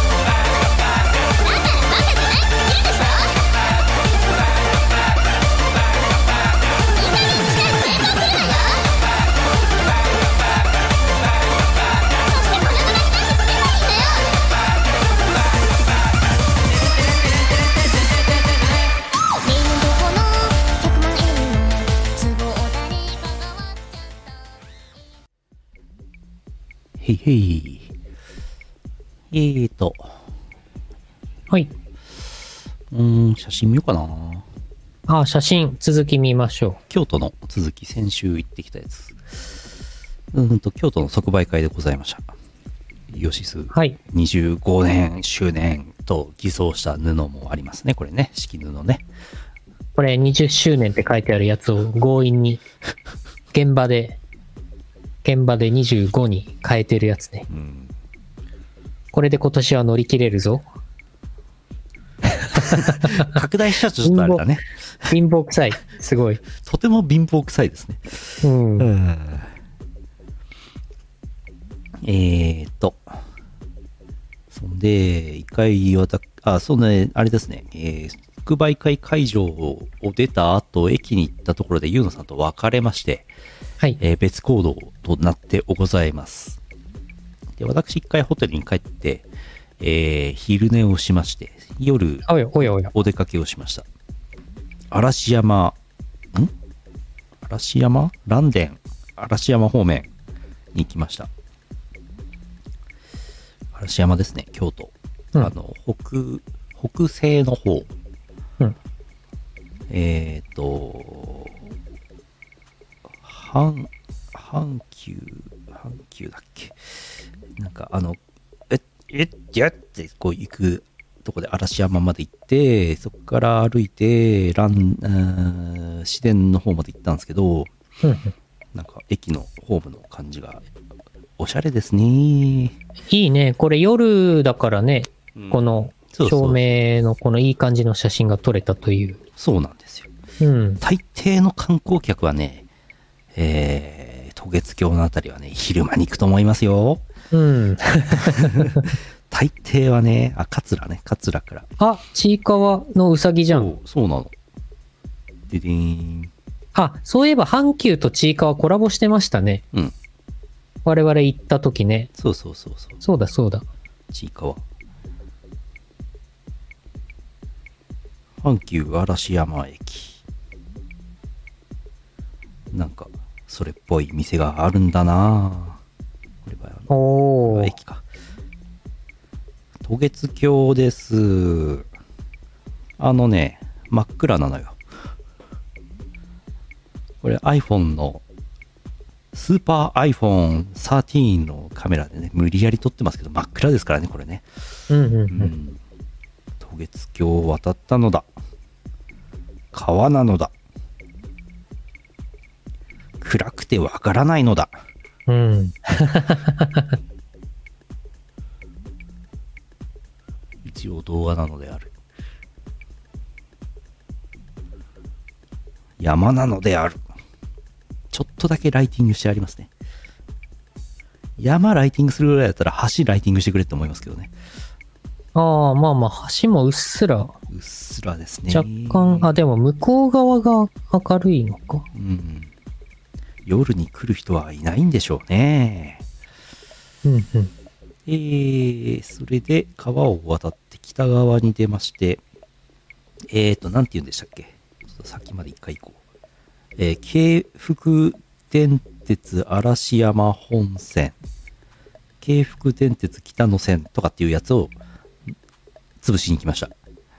D: カじゃないって言うでしょみんなに近い成功するわよそしてこの子たちなんて捨てないんだよレインボーの100万円の壺を誰かが割っちゃった
A: へいへい。えーと、
B: はい。
A: うーん、写真見ようかな。
B: あ、写真、続き見ましょ
A: 京都の続き、先週行ってきたやつ。うーんと、京都の即売会でございました。イオシス。
B: う。はい。
A: 25年周年と偽装した布もありますね、これね、式布ね。
B: これ、20周年って書いてあるやつを強引に、現場で、現場で25に変えてるやつね。
A: うん、
B: これで今年は乗り切れるぞ。
A: 拡大しちゃうとちょっとあれだね。
B: 貧乏臭い。すごい。
A: とても貧乏臭いですね。
B: うん。
A: えーっと、そんで、一回わた、あ、そうね、あれですね、えー、即売会会場を出た後、駅に行ったところで、ゆうのさんと別れまして、
B: はい。
A: えー別行動となってございます。で、私一回ホテルに帰って、えー昼寝をしまして、夜
B: おやおやおや。
A: お出かけをしました。嵐山、ん嵐山蘭電、嵐山方面に行きました。嵐山ですね、京都。
B: うん
A: あの、北、北西の方。
B: うん
A: えっ、と、阪、阪急、阪急だっけなんかあの、え、え、やってこう行くととこで嵐山まで行って、そこから歩いて、ラン、うーん市電の方まで行ったんですけど、
B: うんうん
A: なんか駅のホームの感じが、おしゃれですね。
B: いいね。これ夜だからね、
A: うん
B: この
A: そうそう
B: 照明のこのいい感じの写真が撮れたという。
A: そうなんですよ。
B: うん。
A: 大抵の観光客はね、えー、渡月橋のあたりはね、昼間に行くと思いますよ。
B: うん。
A: 大抵はね、あ、桂ね、桂から。
B: あ、ちいかわのうさぎじゃん。
A: そう、そうなの。ででーん。
B: あ、そういえば阪急とちいかわコラボしてましたね。
A: うん。
B: 我々行った時ね。
A: そうそうそうそう。
B: そうだそうだ。
A: ちいかわ。阪急嵐山駅。なんか、それっぽい店があるんだなぁこれはあの
B: おー。
A: 駅か。渡月橋です。あのね、真っ暗なのよ。これ iPhone の、スーパー iPhone13 のカメラでね、無理やり撮ってますけど、真っ暗ですからね、これね。
B: うんうん
A: う
B: う。
A: んん。渡月橋を渡ったのだ。川なのだ。暗くてわからないのだ。
B: うん。
A: 一応動画なのである山なのであるちょっとだけライティングしてありますね山ライティングするぐらいだったら橋ライティングしてくれって思いますけどね
B: ああ、まあまあ、橋もうっすら、
A: うっすらですね
B: 若干、あ、でも向こう側が明るいのか。
A: うん夜に来る人はいないんでしょうね
B: うんうん。
A: えー、それで川を渡って北側に出まして、えーと、なんて言うんでしたっけちょっと先まで一回行こう。えー京福電鉄嵐山本線、京福電鉄北野線とかっていうやつを潰しに来ました。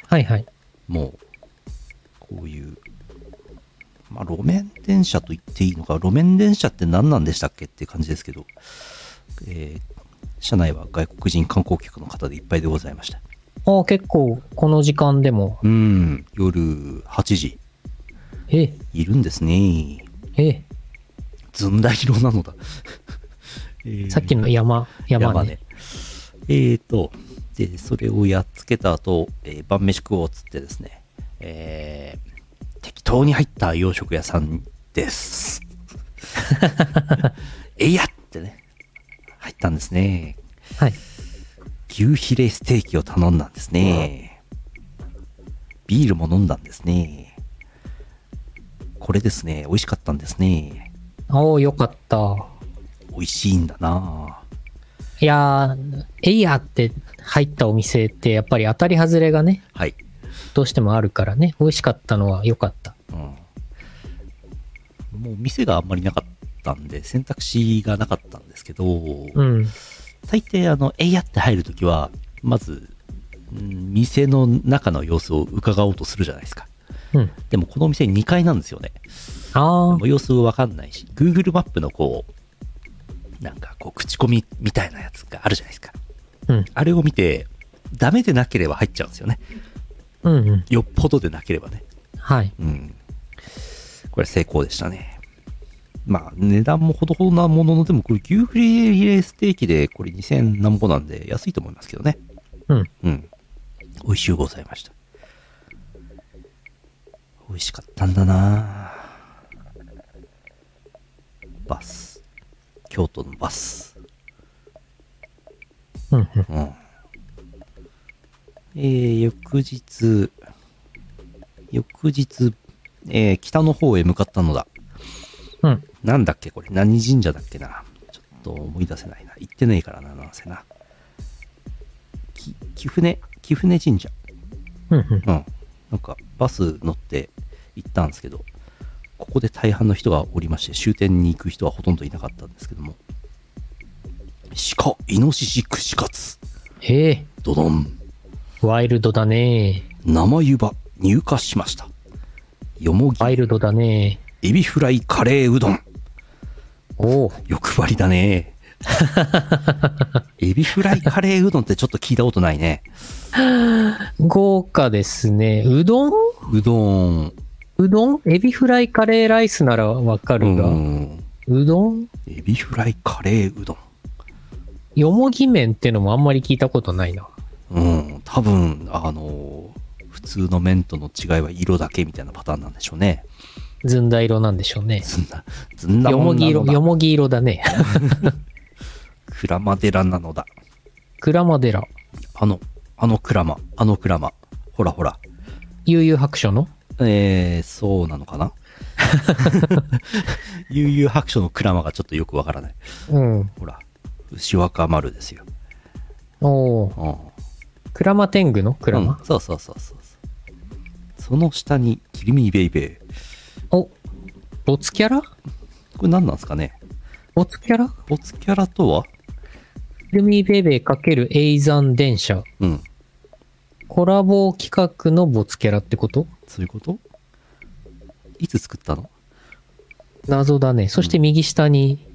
B: はいはい。
A: もう、こういう、まあ、路面電車と言っていいのか、路面電車って何なんでしたっけって感じですけど、えー車内は外国人観光客の方でいっぱいでございました。
B: ああ、結構、この時間でも、
A: うん、夜8時、
B: え、
A: いるんですね。
B: え、
A: ずんだ色なのだ。 えー
B: さっきの山、山ね。
A: えーと、で、それをやっつけた後、えー晩飯食おうっつってですね、えー適当に入った洋食屋さんです。えいやってね、入ったんですね。
B: はい。
A: 牛ヒレステーキを頼んだんですね。ビールも飲んだんですね。これですね、美味しかったんですね。
B: ああ、よかった。
A: 美味しいんだなぁ。
B: いやー、エイヤーって入ったお店って、やっぱり当たり外れがね、
A: はい。
B: どうしてもあるからね、美味しかったのは良かった。
A: うんもう店があんまりなかったんで、選択肢がなかったんですけど、
B: うん。
A: 大抵、あの、えいやって入るときは、まず、うん店の中の様子を伺おうとするじゃないですか。
B: うん。
A: でも、このお店2階なんですよね。
B: ああ、
A: もう様子わかんないし、Google マップのこう、なんかこう、口コミみたいなやつがあるじゃないですか。
B: うん。
A: あれを見て、ダメでなければ入っちゃうんですよね。
B: うんうん。
A: よっぽどでなければね。
B: はい。
A: うん。これ成功でしたね。まあ、値段もほどほどなものの、でもこれ牛フリヒレステーキでこれ2000何ぼなんで安いと思いますけどね。
B: うん。
A: うん。美味しゅうございました。美味しかったんだなぁバス。京都のバス。
B: うんうん。
A: うん。えー、翌日、翌日、えー北の方へ向かったのだ。
B: うん。
A: なんだっけこれ何神社だっけなちょっと思い出せないな。行ってねえからな、なんせな。き、貴船、貴船神社。
B: うんうん。
A: うん。なんか、バス乗って行ったんですけど、ここで大半の人がおりまして、終点に行く人はほとんどいなかったんですけども、鹿、イノシシ、串カツ、
B: ええ
A: ドドン、
B: ワイルドだね
A: 生湯葉、入荷しました。よもぎ、
B: ワイルドだね
A: エビフライ、カレーうどん、
B: おお
A: 欲張りだね。エビフライカレーうどんってちょっと聞いたことないね。
B: 豪華ですね。うどん
A: うどん。
B: うどんエビフライカレーライスならわか
A: う。
B: るが、うんどん
A: エビフライカレーうどん。
B: よもぎ麺ってのもあんまり聞いたことないな。
A: うん。多分、あの、普通の麺との違いは色だけみたいなパターンなんでしょうね。
B: ずんだ色なんでしょうね。
A: ずんだ、ずんだ
B: よ
A: も
B: も
A: ん
B: ぎ
A: な
B: 色、
A: の
B: よ
A: だ。
B: もぎ色だね。
A: クラマ寺なのだ。
B: 鞍馬寺、
A: あの、あのクラマ、あのクラマ。ほらほら。
B: 悠々白書の
A: えー、そうなのか な悠々白書のクラマがちょっとよくわからない。
B: うん。
A: ほら、牛若丸ですよ。
B: おー。
A: うん。
B: 鞍馬天狗の鞍馬、
A: うんそうそうそうそうそう。その下に、キリミーベイベー。
B: お、ボツキャラ
A: これ何なんですかね
B: ボツキャラ
A: ボツキャラとは
B: ルミーベイベー×エイザン電車。
A: うん。
B: コラボ企画のボツキャラってこと
A: そういうこといつ作ったの
B: 謎だね。そして右下に、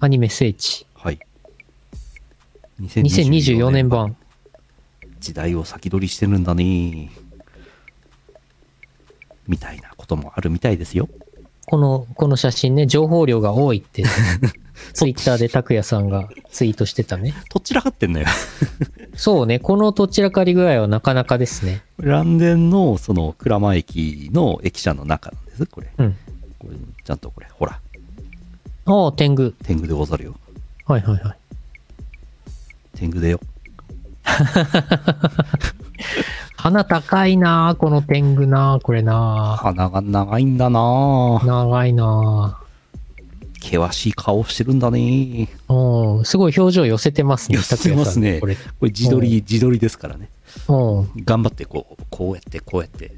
B: アニメ聖地。
A: はい。
B: 2024年版。
A: 時代を先取りしてるんだね。みたいなこともあるみたいですよ。
B: この、この写真ね、情報量が多い って、ツイッターで拓也さんがツイートしてたね。
A: とっちらかってんのよ。
B: そうね、このどちらかり具合はなかなかですね。
A: ランデンの、その、鞍馬駅の駅舎の中なんです、これ。
B: うん。
A: これちゃんとこれ、ほら、
B: ああ、天狗。
A: 天狗でござるよ。
B: はいはいはい。
A: 天狗でよ。
B: 鼻高いなあこの天狗なあこれな
A: 鼻が長いんだな
B: あ
A: ぁ。
B: 長いな
A: 険しい顔してるんだねー
B: あうん、すごい表情寄せてますね、
A: 寄せてますね
B: 拓也
A: これ自撮り、自撮りですからね。
B: さんこれ。
A: 頑張ってこう、こうやって、こうやって、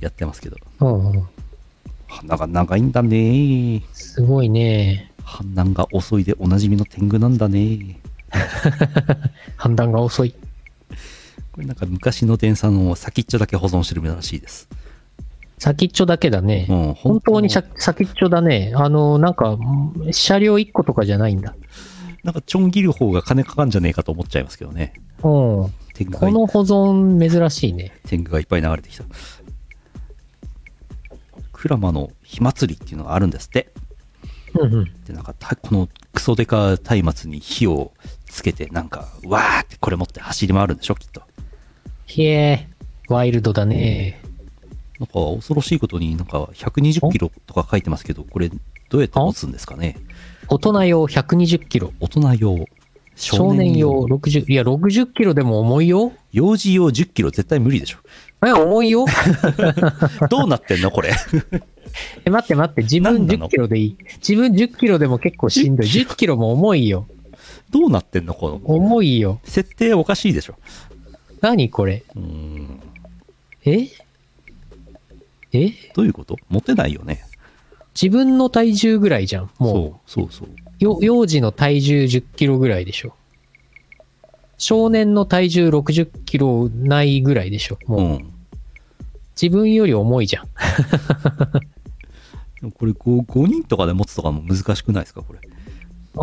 A: やってますけど。
B: うん、うん、うん。
A: 鼻が長いんだねー
B: すごいね。
A: 判断が遅いでおなじみの天狗なんだね
B: 判断が遅い。
A: これなんか昔の電車の先っちょだけ保存してるらしいです。
B: 先っちょだけだね。
A: うん、
B: 本当
A: の
B: にさ先っちょだね。あの、なんか、うん車両1個とかじゃないんだ。
A: なんかちょん切る方が金かかんじゃねえかと思っちゃいますけどね。
B: うん。こ
A: 天狗がい
B: の保存珍しいね。
A: 天狗がいっぱい流れてきた。クラマの火祭りっていうのがあるんですって。
B: うんうん。
A: で、なんかた、このクソデカ松明に火をつけて、なんか、わーってこれ持って走り回るんでしょ、きっと。
B: ひえー、ワイルドだね。
A: なんか、恐ろしいことになんか、120キロとか書いてますけど、これ、どうやって持つんですかね。
B: 大人用120キロ。
A: 大人用、
B: 少年用60、いや、60キロでも重いよ。
A: 幼児用10キロ絶対無理 でしょ。
B: え、重い よ。
A: どうなってんのこれ。
B: え、待って待って、自
A: な
B: 分
A: んなの
B: 10キロでいい。自分10キロでも結構しんどい。10キロも重いよ。
A: どうなってんのこの。
B: 重いよ。
A: 設定おかしいでしょ。
B: 何これ。
A: うーん。
B: ええ
A: どういうこと持てないよね。
B: 自分の体重ぐらいじゃん。もう。
A: そう、そうそう。
B: よ幼児の体重10キロぐらいでしょ。少年の体重60キロないぐらいでしょ。もう、
A: うん。
B: 自分より重いじゃん。
A: でもこれ 5, 5人とかで持つとかも難しくないですかこれ。
B: ああ、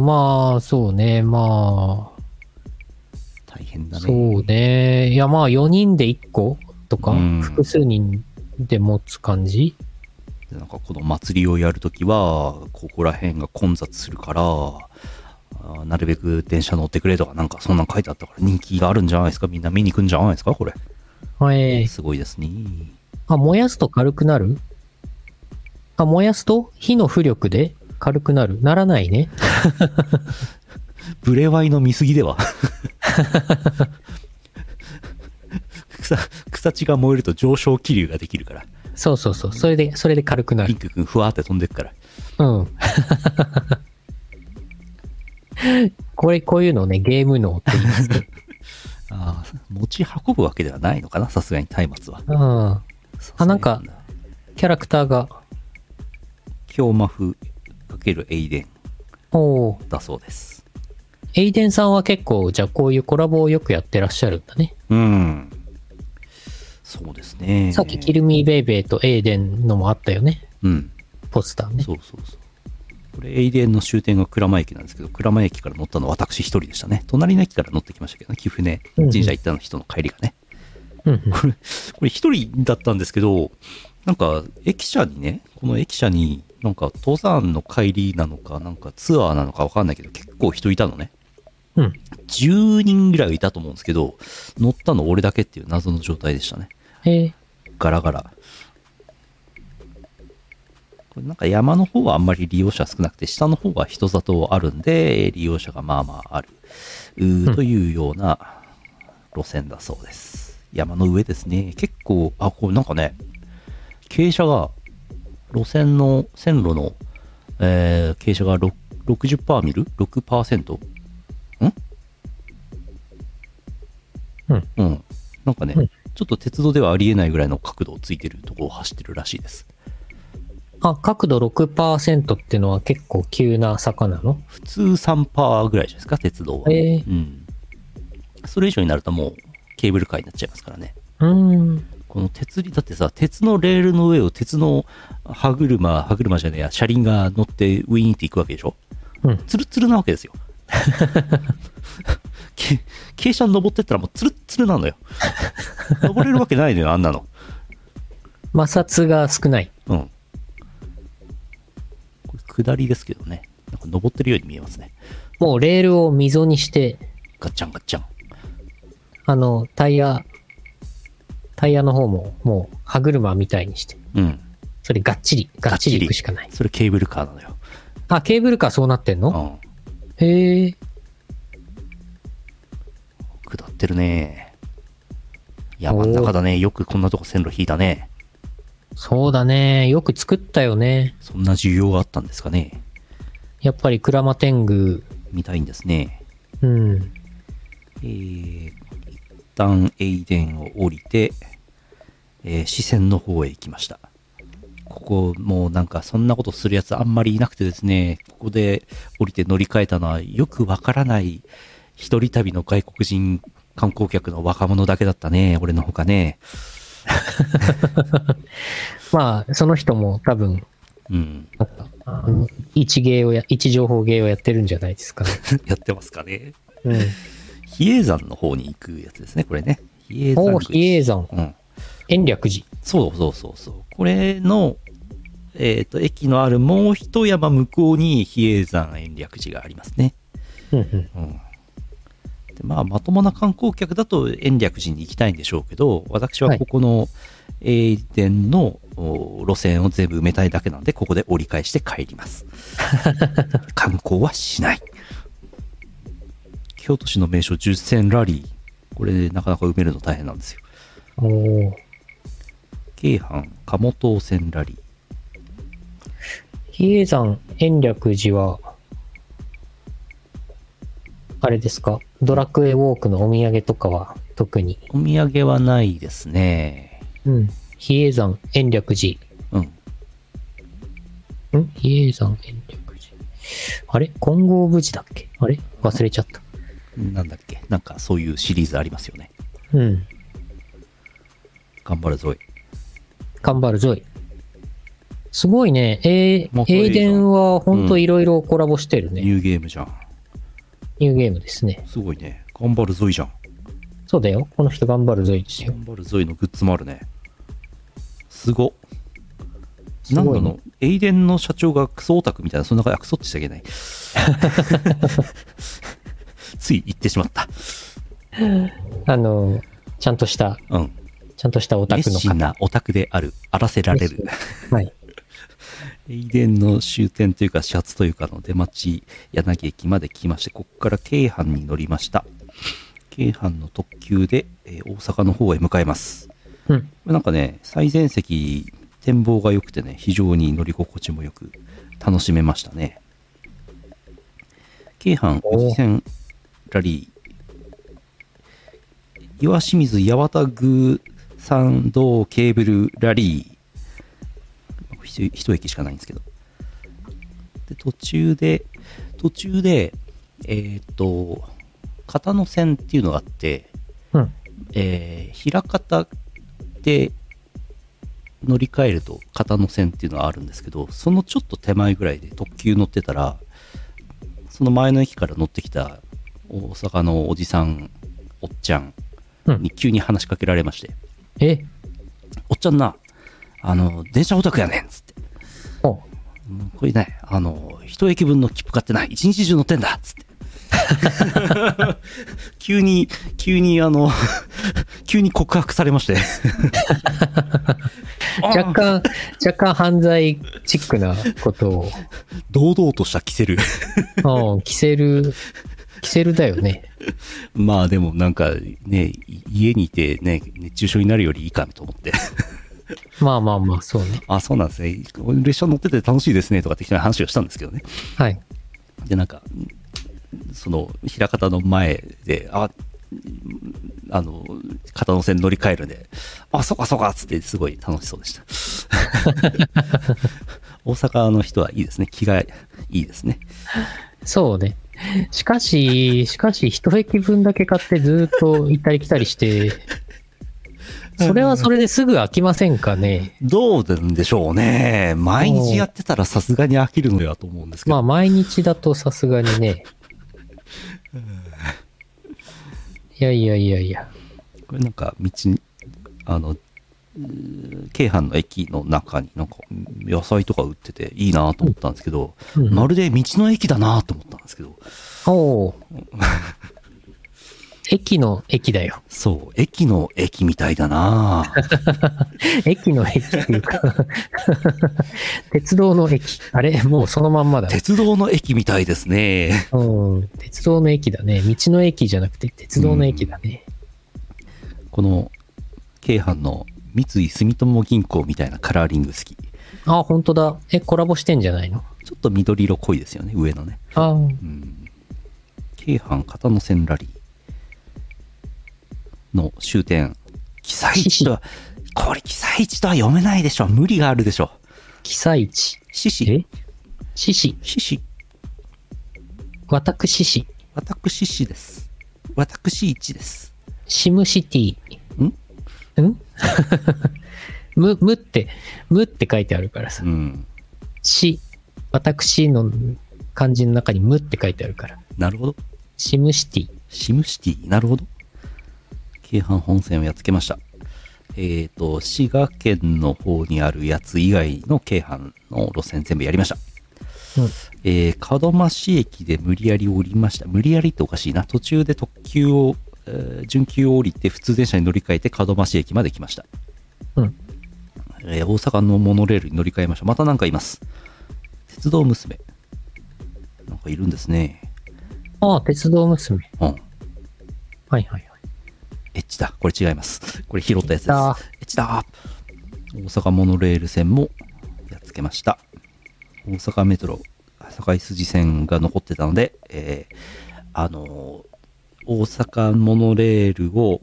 B: まあ、そうね。まあ、
A: 大変だね。
B: そうね。いや、まあ、4人で1個とか、
A: うん
B: 複数人で持つ感じ
A: でなんかこの祭りをやるときは、ここら辺が混雑するから、あーなるべく電車乗ってくれとか、なんかそんなん書いてあったから人気があるんじゃないですかみんな見に行くんじゃないですかこれ。
B: はい。
A: すごいですね。
B: あ、燃やすと軽くなるあ、燃やすと火の浮力で軽くなるならないね。
A: ブレワイの見過ぎでは。 草、草地が燃えると上昇気流ができるから。
B: そうそうそう。それで、それで軽くな
A: ピ
B: る
A: ン。クくんふわーって飛んでくから。
B: うん。 これ、こういうのをね、ゲーム脳って言いますね。
A: ああ、持ち運ぶわけではないのかなさすがに松明は。
B: うん。あ、なんか、キャラクターが、
A: 京マフ×エイデン
B: おー
A: だそうです。
B: エイデンさんは結構、じゃあこういうコラボをよくやってらっしゃるんだね。
A: うん。そうですね。
B: さっき、キルミーベイベーとエイデンのもあったよね。
A: うん。
B: ポスターね。
A: そうそうそう。これ、永遠の終点が鞍馬駅なんですけど、鞍馬駅から乗ったのは私一人でしたね。隣の駅から乗ってきましたけどね、貴船神社行った人の帰りがね。
B: うんうん。
A: これ、これ一人だったんですけど、なんか、駅舎にね、この駅舎に、なんか、登山の帰りなのか、なんかツアーなのかわかんないけど、結構人いたのね。
B: うん。
A: 10人ぐらいいたと思うんですけど、乗ったの俺だけっていう謎の状態でしたね。
B: えー
A: ガラガラ。これなんか山の方はあんまり利用者少なくて、下の方は人里あるんで、利用者がまあまあある。うー
B: うん
A: というような路線だそうです。山の上ですね。結構、あ、これなんかね、傾斜が、路線の、線路の、えー傾斜がろ60%見る ?6%?
B: うん。
A: うん。なんかね、
B: うん
A: ちょっと鉄道ではありえないぐらいの角度をついてるところを走ってるらしいです。
B: あ、角度6%ってのは結構急な坂なの
A: 普通3%パーぐらいじゃないですか、鉄道は。
B: えー
A: うん。それ以上になるともうケーブルカーになっちゃいますからね。
B: うーん。
A: この鉄り、だってさ、鉄のレールの上を鉄の歯車、歯車じゃねえや、車輪が乗ってウィーンって行くわけでしょ
B: うん
A: ツルツルなわけですよ。け 傾斜登ってったらもうツルッツルなのよ。登れるわけないのよ、あんなの。
B: 摩擦が少ない。
A: うん。これ下りですけどね。なんか登ってるように見えますね。
B: もうレールを溝にして、
A: ガッチャンガッチャン。
B: あの、タイヤ、タイヤの方ももう歯車みたいにして、
A: うん。
B: それがっちり、がっちり行くしかない。
A: それケーブルカーなのよ。
B: あ、ケーブルカーそうなってん
A: う
B: の
A: ん。
B: へえ。
A: 下ってるね。山の中だね。よくこんなとこ線路引いたね。
B: そうだね。よく作ったよね。
A: そんな需要があったんですかね。
B: やっぱり鞍馬天狗。
A: 見たいんですね。
B: うん。
A: えー、一旦栄電を降りて、えー、四川の方へ行きました。ここ、もうなんか、そんなことするやつあんまりいなくてですね、ここで降りて乗り換えたのは、よくわからない、一人旅の外国人観光客の若者だけだったね、俺のほかね。
B: まあ、その人も多分、
A: うん。
B: なんかあの位置芸をや、位置情報芸をやってるんじゃないですかね。
A: やってますかね。
B: うん。
A: 比叡山の方に行くやつですね、これね。比叡山
B: お
A: 口。
B: 比叡山、
A: うん。
B: 延暦寺。
A: そうそうそうそう。これの、えっ、と、駅のあるもう一山向こうに比叡山延暦寺がありますね。
B: うんうん。
A: うん。でまあ、まともな観光客だと延暦寺に行きたいんでしょうけど、私はここの栄伝の、お路線を全部埋めたいだけなんで、ここで折り返して帰り ます。観光はしない。京都市の名所10選ラリー。これ、なかなか埋めるの大変なんですよ。
B: おー
A: 京阪鴨東線ラリー。
B: 比叡山延暦寺は、あれですかドラクエウォークのお土産とかは特に。
A: お土産はないですね。
B: うん。比叡山延暦寺
A: うん。
B: ん比叡山延暦寺。あれ金剛無事だっけあれ忘れちゃった。
A: なんだっけ。なんかそういうシリーズありますよね。
B: うん。
A: 頑張るぞい。
B: 頑張るぞい。すごいね。え
A: ま
B: ー
A: あ、
B: エイデンはほん
A: う
B: と
A: ん
B: いろいろコラボしてるね、
A: ニューゲームじゃん。
B: ニューゲームですね。
A: すごいね。頑張るぞいじゃん。
B: そうだよ。この人頑張るぞいですよ。
A: 頑張るぞいのグッズもあるね。すご。
B: す
A: なん
B: ご
A: だ
B: いね
A: の、エイデンの社長がクソオタクみたいな、そんな感じ、あクソってしちゃいけ ない。つい言ってしまった。
B: あの、ちゃんとした、
A: うん。
B: ちゃんとしたオタク
A: 熱
B: の
A: 心
B: 方。
A: なオタクである、あらせられる。
B: はい。
A: 駅伝の終点というか、始発というかの出待ち、柳駅まで来まして、ここから京阪に乗りました。京阪の特急で、えー大阪の方へ向かいます。
B: うん。
A: なんかね、最前席、展望が良くてね、非常に乗り心地もよく、楽しめましたね。京阪
B: おー
A: 宇治線ラリー、岩清水八幡宮参道ケーブルラリー、ひ一駅しかないんですけど。で、途中で、途中で、えーっと、片野線っていうのがあって、
B: うん。
A: えー、枚方で、乗り換えると片野線っていうのがあるんですけどそのちょっと手前ぐらいで特急乗ってたらその前の駅から乗ってきた大阪のおじさんおっちゃん
B: うん
A: に。急に話しかけられまして
B: え
A: 「おっちゃんなあの電車オタクやねん」っつって
B: お
A: うん「これねあの一駅分の切符買ってない一日中乗ってんだ」っつって 急に急にあの 急に告白されま して
B: 若干、若干犯罪チックなことを、
A: 堂々とした着せる
B: うん、着せる、着せるだよね。
A: まあでもなんかね、い家にいてね、熱中症になるよりいいかと思 って。
B: まあまあまあ、そうね。
A: あ、そうなんですね。列車乗ってて楽しいですねとか適当な話をしたんですけどね。
B: はい。
A: で、なんか、その、枚方の前で、あ、あの、片野線乗り換えるんで、あ、そうかそうかっつってすごい楽しそう でした。大阪の人はいいですね。気がいいですね。
B: そうね。しかし、しかし、一駅分だけ買ってずっと行ったり来たりして、それはそれですぐ飽きませんかね。
A: どうなんでしょうね。毎日やってたらさすがに飽きるのではと思うんですけど。
B: まあ、毎日だとさすがにね。いやいやいやいや。
A: これなんか道にあのうー京阪の駅の中になんか野菜とか売ってていいなと思ったんですけど、
B: うん
A: まるで道の駅だなと思ったんですけど
B: おう駅の駅だよ。
A: そう駅の駅みたいだな
B: 駅の駅っていうか 鉄道の駅。あれもうそのまんまだ。
A: 鉄道の駅みたいですね
B: うん。鉄道の駅だね。道の駅じゃなくて鉄道の駅だね。
A: この京阪の三井住友銀行みたいなカラーリング好きち
B: あ、本当だ。え、コラボしてんじゃないの
A: ょっと緑色濃いですよね上のね
B: あー
A: うん京阪片野線ラリーの終点、記載地とは、これ記載地とは読めないでしょ。無理があるでしょ。
B: 被災地。
A: 獅
B: え
A: 子、
B: 獅子。
A: 獅子、
B: 私市。
A: 私獅子です。私一です。
B: シムシティ。んん む、むって、むって書いてあるからさ
A: う。ん。
B: し、私の漢字の中にむって書いてあるから。
A: なるほど。
B: シムシティ。
A: シムシティ。なるほど。京阪本線をやっつけました。えっ、と、滋賀県の方にあるやつ以外の京阪の路線全部やりました。
B: うん
A: えー門真市駅で無理やり降りました。無理やりっておかしいな。途中で特急を、えー準急を降りて普通電車に乗り換えて門真市駅まで来ました。
B: うん
A: えー大阪のモノレールに乗り換えました。またなんかいます。鉄道娘。なんかいるんですね。
B: ああ、鉄道娘。
A: うん。
B: はいはいはい。
A: エッチだ。これ違います。これ拾ったやつです。エ
B: エッチだ
A: ッチだ。大阪モノレール線もやっつけました。大阪メトロ、堺筋線が残ってたので、えーあのー大阪モノレールを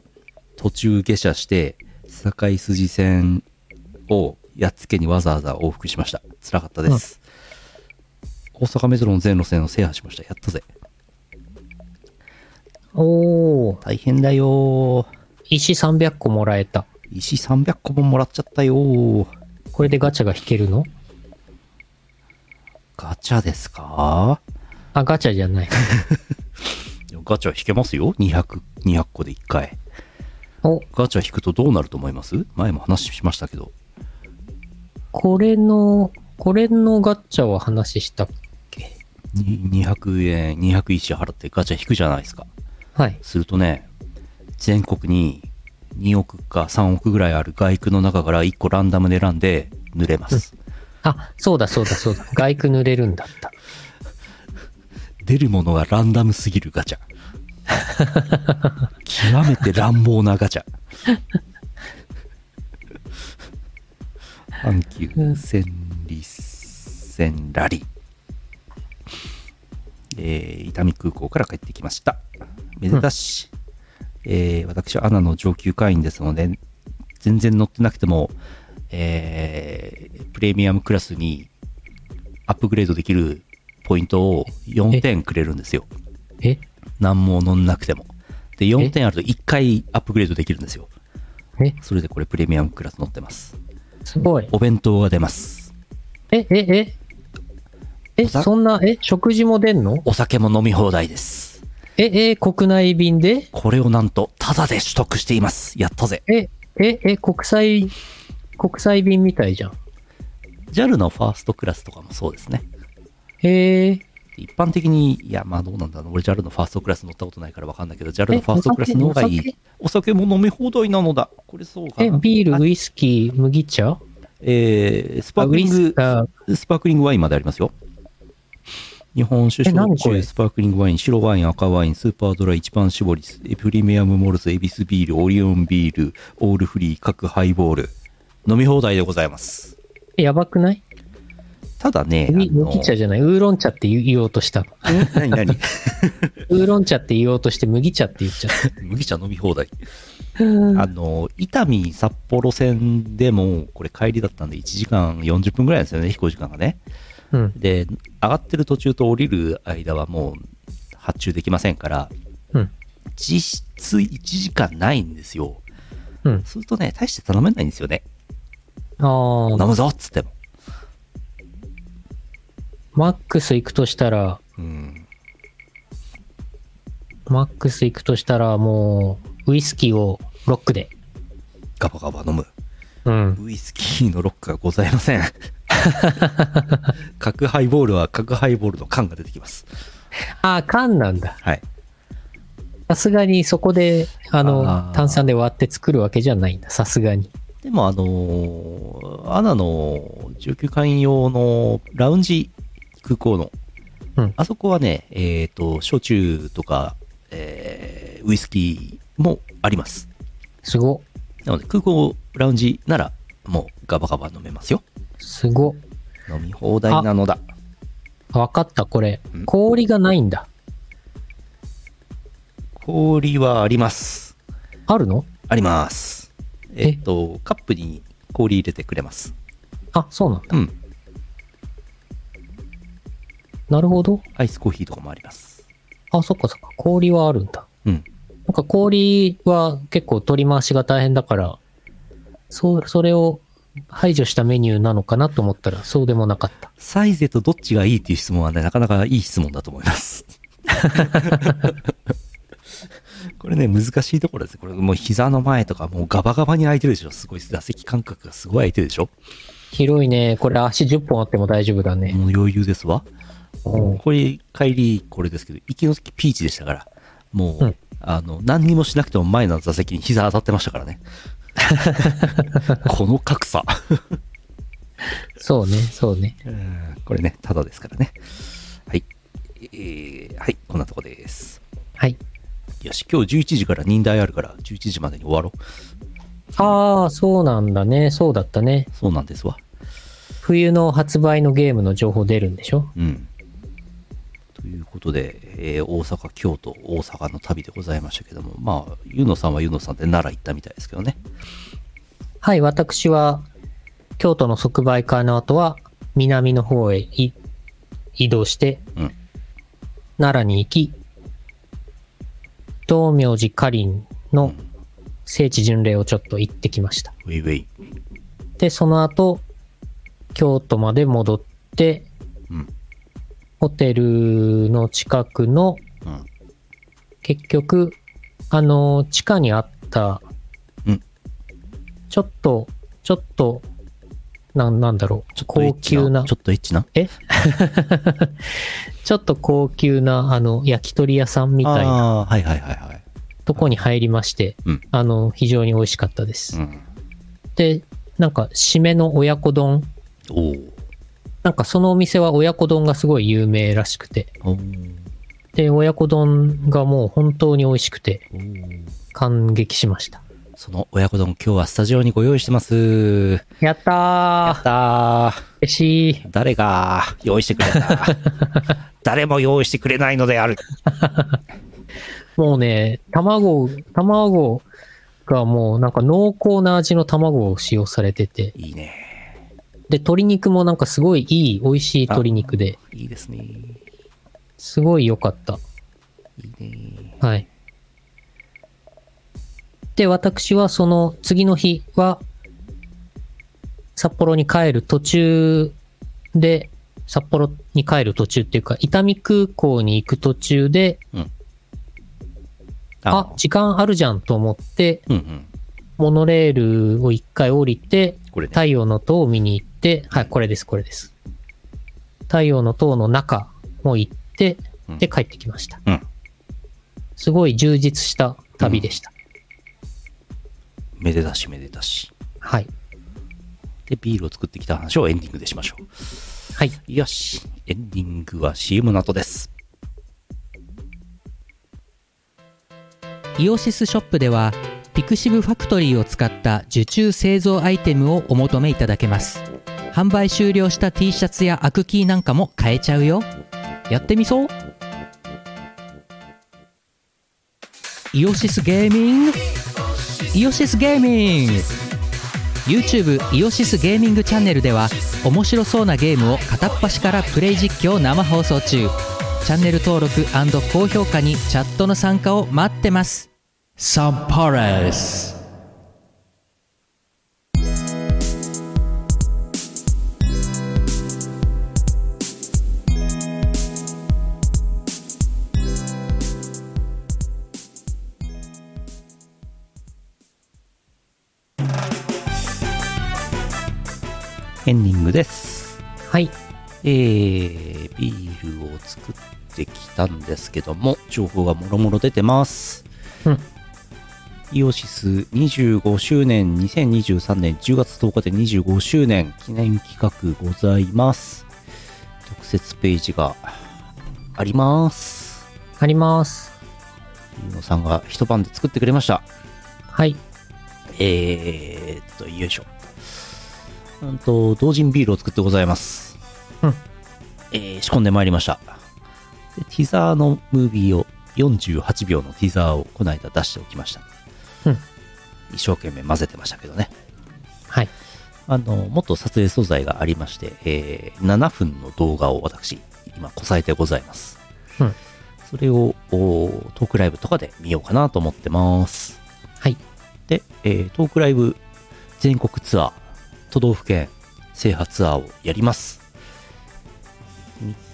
A: 途中下車して、堺筋線をやっつけにわざわざ往復しました。辛かったです。大阪メトロの全路線を制覇しました。やったぜ。
B: おお、
A: 大変だよー。
B: 石300個もらえた。
A: 石300個ももらっちゃったよー。
B: これでガチャが引けるの
A: ガチャですか
B: あ、ガチャじゃない。
A: ガチャ引けますよ。200、200個で1回。
B: お、
A: ガチャ引くとどうなると思います前も話しましたけど。
B: これの、これのガチャは話したっけ
A: に200円、200石払ってガチャ引くじゃないですか。
B: はい。
A: するとね、全国に2億か3億ぐらいある外区の中から1個ランダムで選んで濡れます。
B: あ、そうだそうだそうだ。外区濡れるんだった。
A: 出るものがランダムすぎるガチャ。 極めて乱暴なガチャ。 阪急千里線ラリー。えー伊丹空港から帰ってきました。めでたし、えー私はアナの上級会員ですので、全然乗ってなくても、えープレミアムクラスにアップグレードできるポイントを4点くれるんですよ。
B: え
A: 何も乗んなくても。で、4点あると1回アップグレードできるんですよ。
B: え
A: それでこれプレミアムクラス乗ってます。
B: すごい。
A: お弁当が出ます。
B: え、え、え、え、
A: おさ
B: そんな、え、食事も出んの
A: お酒も飲み放題です。
B: え、え、国内便で
A: これをなんと、タダで取得しています。やったぜ。
B: え、え、え、国際、国際便みたいじゃん。
A: JAL のファーストクラスとかもそうですね。
B: へえ。
A: 一般的に、いや、まあどうなんだろう。俺 JAL のファーストクラス乗ったことないからわかんないけど、JAL のファーストクラスの方がいい。
B: お
A: お
B: 酒
A: 酒も飲み放題なのだ。これそうか
B: え、
A: な。
B: ビー
A: あ
B: ル、ウイスキー、麦茶
A: えースパ
B: あ
A: ー
B: ウ
A: クリ
B: イ
A: ン
B: ス
A: グ、
B: あ
A: スパークリングワインまでありますよ。日本酒、
B: え
A: 焼
B: 何こ
A: 酎、
B: れ
A: スパークリングワイン、白ワイン、赤ワイン、スーパードライ、一番搾りえ、プレミアムモルツ、エビスビール、オリオンビール、オールフリー、各ハイボール。飲み放題でございます。
B: やばくない
A: ただね、
B: 麦
A: あの
B: 麦茶じゃない。ウーロン茶って言言おうと した。
A: 何何
B: ウーロン茶って言おうとして麦茶って言っちゃっ
A: 麦茶飲み放題。あ
B: た。
A: の、伊丹札幌線でも、これ帰りだったんで1時間40分ぐらいなんですよね、飛行時間がね。
B: うん、
A: で、上がってる途中と降りる間はもう発注できませんから、
B: うん、
A: 実質1時間ないんですよ。
B: うん。
A: するとね、大して頼めないんですよね。
B: ああ、
A: 飲むぞっつっても。
B: マックス行くとしたら、
A: うん。
B: マックス行くとしたら、もう、ウイスキーをロックで。
A: ガバガバ飲む。
B: うん。
A: ウイスキーのロックがございま せん。角ハイボールは角ハイボールの缶が出てきます。
B: ああ、缶なんだ。
A: はい。
B: さすがにそこで、あの、
A: あー
B: 炭酸で割って作るわけじゃないんだ。さすがに。
A: でもあのーアナの19会員用のラウンジ空港の、
B: うん
A: あそこはね、えっ、と、焼酎とか、えーウイスキーもあります。
B: すご。
A: なので、空港ラウンジなら、もうガバガバ飲めますよ。
B: すご。
A: 飲み放題なのだ。
B: わかった、これ
A: う。ん
B: 氷がないんだ。
A: 氷はあります。
B: あるの
A: あります。えっ、と、カップに氷入れてくれます。
B: あ、そうなんだ。
A: うん。
B: なるほど。
A: アイスコーヒーとかもあります。
B: あ、そっかそっか。氷はあるんだ。
A: うん。
B: なんか氷は結構取り回しが大変だから、そう、それを排除したメニューなのかなと思ったら、そうでもなかった。
A: サイゼとどっちがいいっていう質問はね、なかなかいい質問だと思い ます。これね、難しいところです。これもう膝の前とかもうガバガバに空いてるでしょ。すごい、座席感覚がすごい空いてるでしょ。
B: 広いね。これ足10本あっても大丈夫だね。
A: もう余裕ですわ。
B: うん
A: これ、帰りこれですけど、行きの時ピーチでしたから、もう、
B: うん
A: あの、何にもしなくても前の座席に膝当たってましたから ね。この格差。
B: そうね、そうね。
A: うんこれね、ただですからね。はい。えーはい、こんなとこです。
B: はい。
A: よし、今日11時から任題あるから、11時までに終わろう。
B: ああ、そうなんだね。そうだったね。
A: そうなんですわ。
B: 冬の発売のゲームの情報出るんでしょ
A: うん。ということで、えー大阪、京都、大阪の旅でございましたけども、まあ、ゆのさんはゆのさんで奈良行ったみたいですけどね。
B: はい、私は、京都の即売会の後は、南の方へい移動して、
A: うん。
B: 奈良に行き、東明寺かりんの聖地巡礼をちょっと行ってきました。
A: ウェイウェイ。
B: で、その後、京都まで戻って、
A: うん。
B: ホテルの近くの、
A: うん。
B: 結局、あの、地下にあった、
A: うん
B: ちょっと、ちょっと、なん、なんだろう、高級な
A: ちょ、っとエッチな。
B: え ちょっと高級な、あの、焼き鳥屋さんみたいな
A: ああー、はいはいはいはい。
B: とこに入りまして、
A: うん
B: あの、非常に美味しかったです。
A: うん。
B: で、なんか、締めの親子丼。
A: おー
B: なんか、そのお店は親子丼がすごい有名らしくて。
A: おー
B: で、親子丼がもう本当に美味しくて、
A: おー
B: 感激しました。
A: その親子丼、今日はスタジオにご用意してます。
B: やったー
A: やったー。
B: 嬉しい。
A: 誰が用意してくれた誰も用意してくれないのである。
B: もうね、卵、卵がもうなんか濃厚な味の卵を使用されてて、
A: いいね。
B: で、鶏肉もなんかすごいいい、美味しい鶏肉で、
A: いいですね。い
B: すごい良かった。
A: いね。
B: はい。で、私はその次の日は、札幌に帰る途中で、札幌に帰る途中っていうか、伊丹空港に行く途中で、あ、時間あるじゃんと思って、
A: うんうん。
B: モノレールを一回降りて、
A: これね。
B: 太陽の塔を見に行って、はい、これです、これです。太陽の塔の中も行って、
A: うん
B: で、帰ってきました。
A: うん
B: すごい充実した旅でした。
A: めでたしめでたし。
B: はい。
A: で、ビールを作ってきた話をエンディングでしましょ
B: はい。
A: う。よし。エンディングは CM の後です。
C: イオシスショップではピクシブファクトリーを使った受注製造アイテムをお求めいただけます販売終了した T シャツやアクキーなんかも買えちゃうよやってみそうイオシスゲーミングイオシスゲーミング YouTube イオシスゲーミングチャンネルでは面白そうなゲームを片っ端からプレイ実況生放送中チャンネル登録高評価にチャットの参加を待ってますサンパレス
A: エンディングです。
B: はい。
A: えー、ビールを作ってきたんですけども、情報がもろもろ出てます。
B: うん
A: イオシス25周年2023年10月10日で25周年記念企画ございます。特設ページがあります。
B: あります。
A: ゆうのさんが一晩で作ってくれました。
B: はい。
A: えー、っと、よいしょ。うんと、同人ビールを作ってございます。
B: うん
A: えー仕込んでまいりました。でティザーのムービーを、48秒のティザーをこの間出しておきました。
B: うん
A: 一生懸命混ぜてましたけどね。
B: はい。
A: あの、もっと撮影素材がありまして、えー7分の動画を私、今、こさえてございます。
B: うん
A: それをおートークライブとかで見ようかなと思ってます。
B: はい。
A: で、えートークライブ全国ツアー、都道府県制覇ツアーをやります。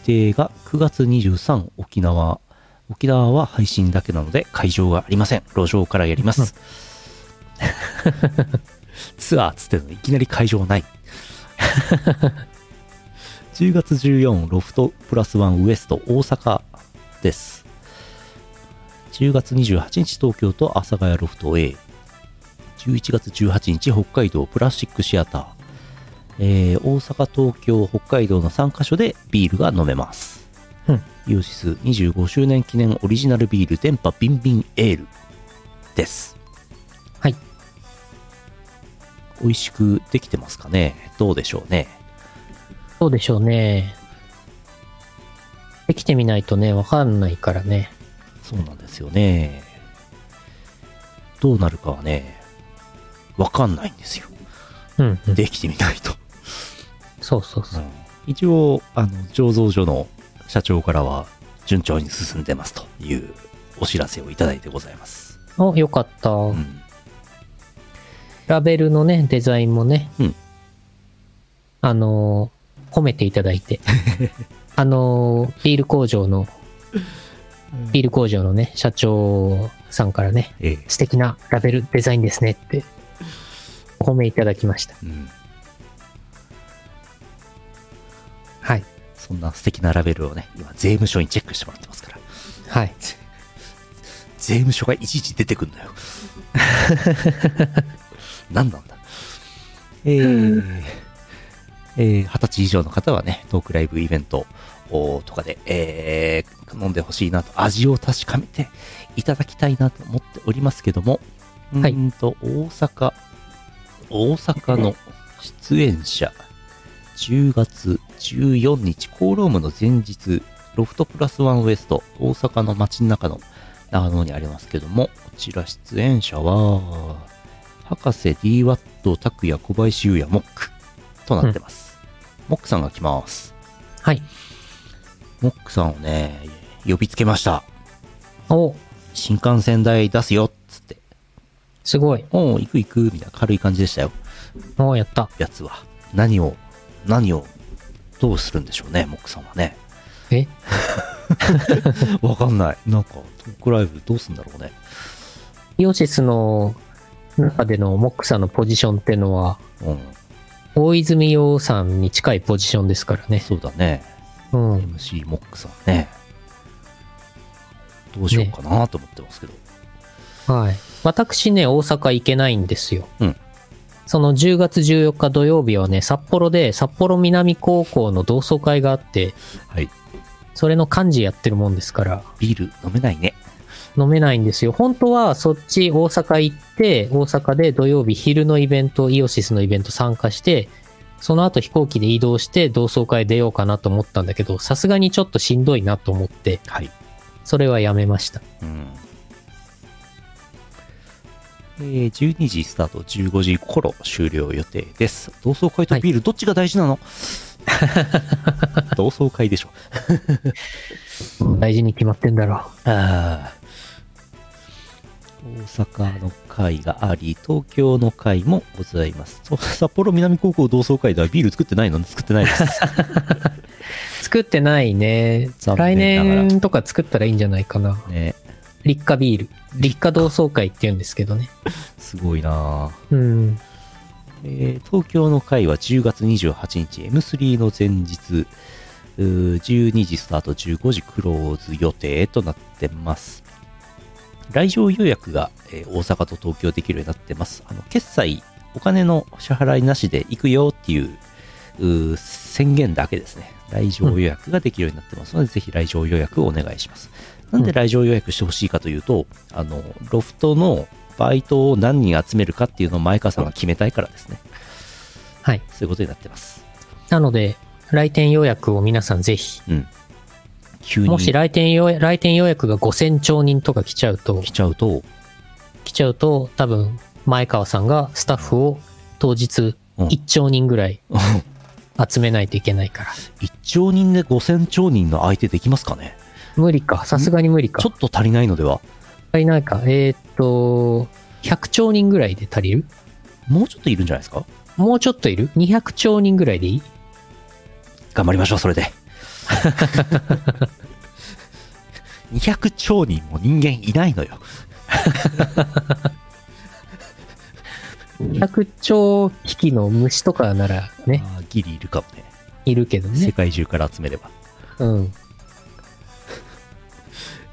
A: 日程が9月23沖縄。沖縄は配信だけなので会場がありません。路上からやります。ツアーっつってんのにいきなり会場ない。10月14ロフトプラスワンウエスト大阪です。10月28日東京都阿佐ヶ谷ロフト A。11月18日北海道プラスチックシアター。えー大阪、東京、北海道の3カ所でビールが飲めます。
B: うん
A: イオシス25周年記念オリジナルビール電波ビンビンエールです。
B: はい。
A: 美味しくできてますかねどうでしょうね。
B: どうでしょうね。できてみないとね、わかんないからね。
A: そうなんですよね。どうなるかはね、わかんないんですよ。
B: うん、うん。
A: できてみないと。
B: そうそうそう。
A: 一応、あの、醸造所の社長からは順調に進んでますというお知らせをいただいてございます。
B: お、よかった。
A: うん。
B: ラベルのね、デザインもね、
A: うん
B: あのー褒めていただ いて、あのービール工場の、ビール工場のね、社長さんからね、
A: ええ。
B: 素敵なラベルデザインですねって、お褒めいただきました。
A: うん。
B: はい。
A: そんな素敵なラベルをね、今、税務署にチェックしてもらってますから。
B: はい。
A: 税務署がいちいち出てくんだよ。何なんだ。えー、えー、20歳以上の方はね、トークライブイベントおーとかで、えー飲んでほしいなと、味を確かめていただきたいなと思っておりますけども、う
B: はい
A: ーんと、大阪、大阪の出演者、10月14日、コーロームの前日、ロフトプラスワンウエスト、大阪の街の中の長野にありますけども、こちら出演者は、博士 DWAT 拓也小林優也モックとなってます。モックさんが来ます。
B: はい。
A: モックさんをね、呼びつけました。
B: お、
A: 新幹線代出すよっつって。
B: すごい。
A: おう行く行く、みたいな軽い感じでしたよ、
B: お、やった。
A: やつは。何を、何を、どうするんでしょうね、モックさんはね。
B: え
A: わかんない。なんか、トークライブどうすんだろうね。
B: イオシスの中でのモックさんのポジションってのは、
A: うん。
B: 大泉洋さんに近いポジションですからね。
A: そうだね。
B: うん。
A: MC モックさんね。どうしようかなと思ってますけど。
B: はい。私ね、大阪行けないんですよ。
A: うん
B: その10月14日土曜日はね、札幌で札幌南高校の同窓会があって、
A: はい。
B: それの幹事やってるもんですから、
A: ビール飲めないね。
B: 飲めないんですよ。本当はそっち大阪行って、大阪で土曜日昼のイベント、イオシスのイベント参加して、その後飛行機で移動して同窓会出ようかなと思ったんだけど、さすがにちょっとしんどいなと思って、
A: はい。
B: それはやめました。
A: うん。えー12時スタート、15時頃終了予定です。同窓会とビール、どっちが大事な の同窓会でしょ。
B: 大事に決まってんだろ
A: あー大阪の会があり、東京の会もございます。そう札幌南高校同窓会ではビール作ってないの作ってないです。
B: う。作ってないね。
A: 残
B: 来
A: 念ながら
B: 年とか作ったらいいんじゃないかな。
A: ね、
B: 立夏ビール。立夏同窓会って言うんですけどね。
A: すごいなあ
B: うん。
A: えー東京の会は10月28日 M3 の前日うー12時スタート15時クローズ予定となってます来場予約が、えー大阪と東京できるようになってますあの決済お金の支払いなしで行くよっていううー宣言だけですね来場予約ができるようになってますので、ぜひ来場予約をお願いしますなんで来場予約してほしいかというと、あのロフトのバイトを何人集めるかっていうのを前川さんが決めたいからですね
B: はい。
A: そういうことになってます。
B: なので、来店予約を皆さんぜひ。
A: うん。急に
B: もし来店予約来店予約が5000兆人とか来ちゃうと
A: 来、ちゃうと、
B: 来ちゃうと多分前川さんがスタッフを当日
A: うん
B: 1兆人ぐらい集めないといけないから。
A: 1兆人で5000兆人の相手できますかね
B: 無理か。さすがに無理か。
A: ち
B: ち
A: ょ
B: ょっ
A: っと足りないのでは
B: といないか。えーっと、100兆人ぐらいで足りる
A: もうちょっといるんじゃないですか
B: もうちょっといる ?200 兆人ぐらいでいい
A: 頑張りましょう、それで。200兆人も人間いないのよ。
B: ?100 兆匹の虫とかならね、
A: あーギリいるかもね。
B: いるけど
A: 世
B: ね。
A: 界中から集めれば。
B: うん。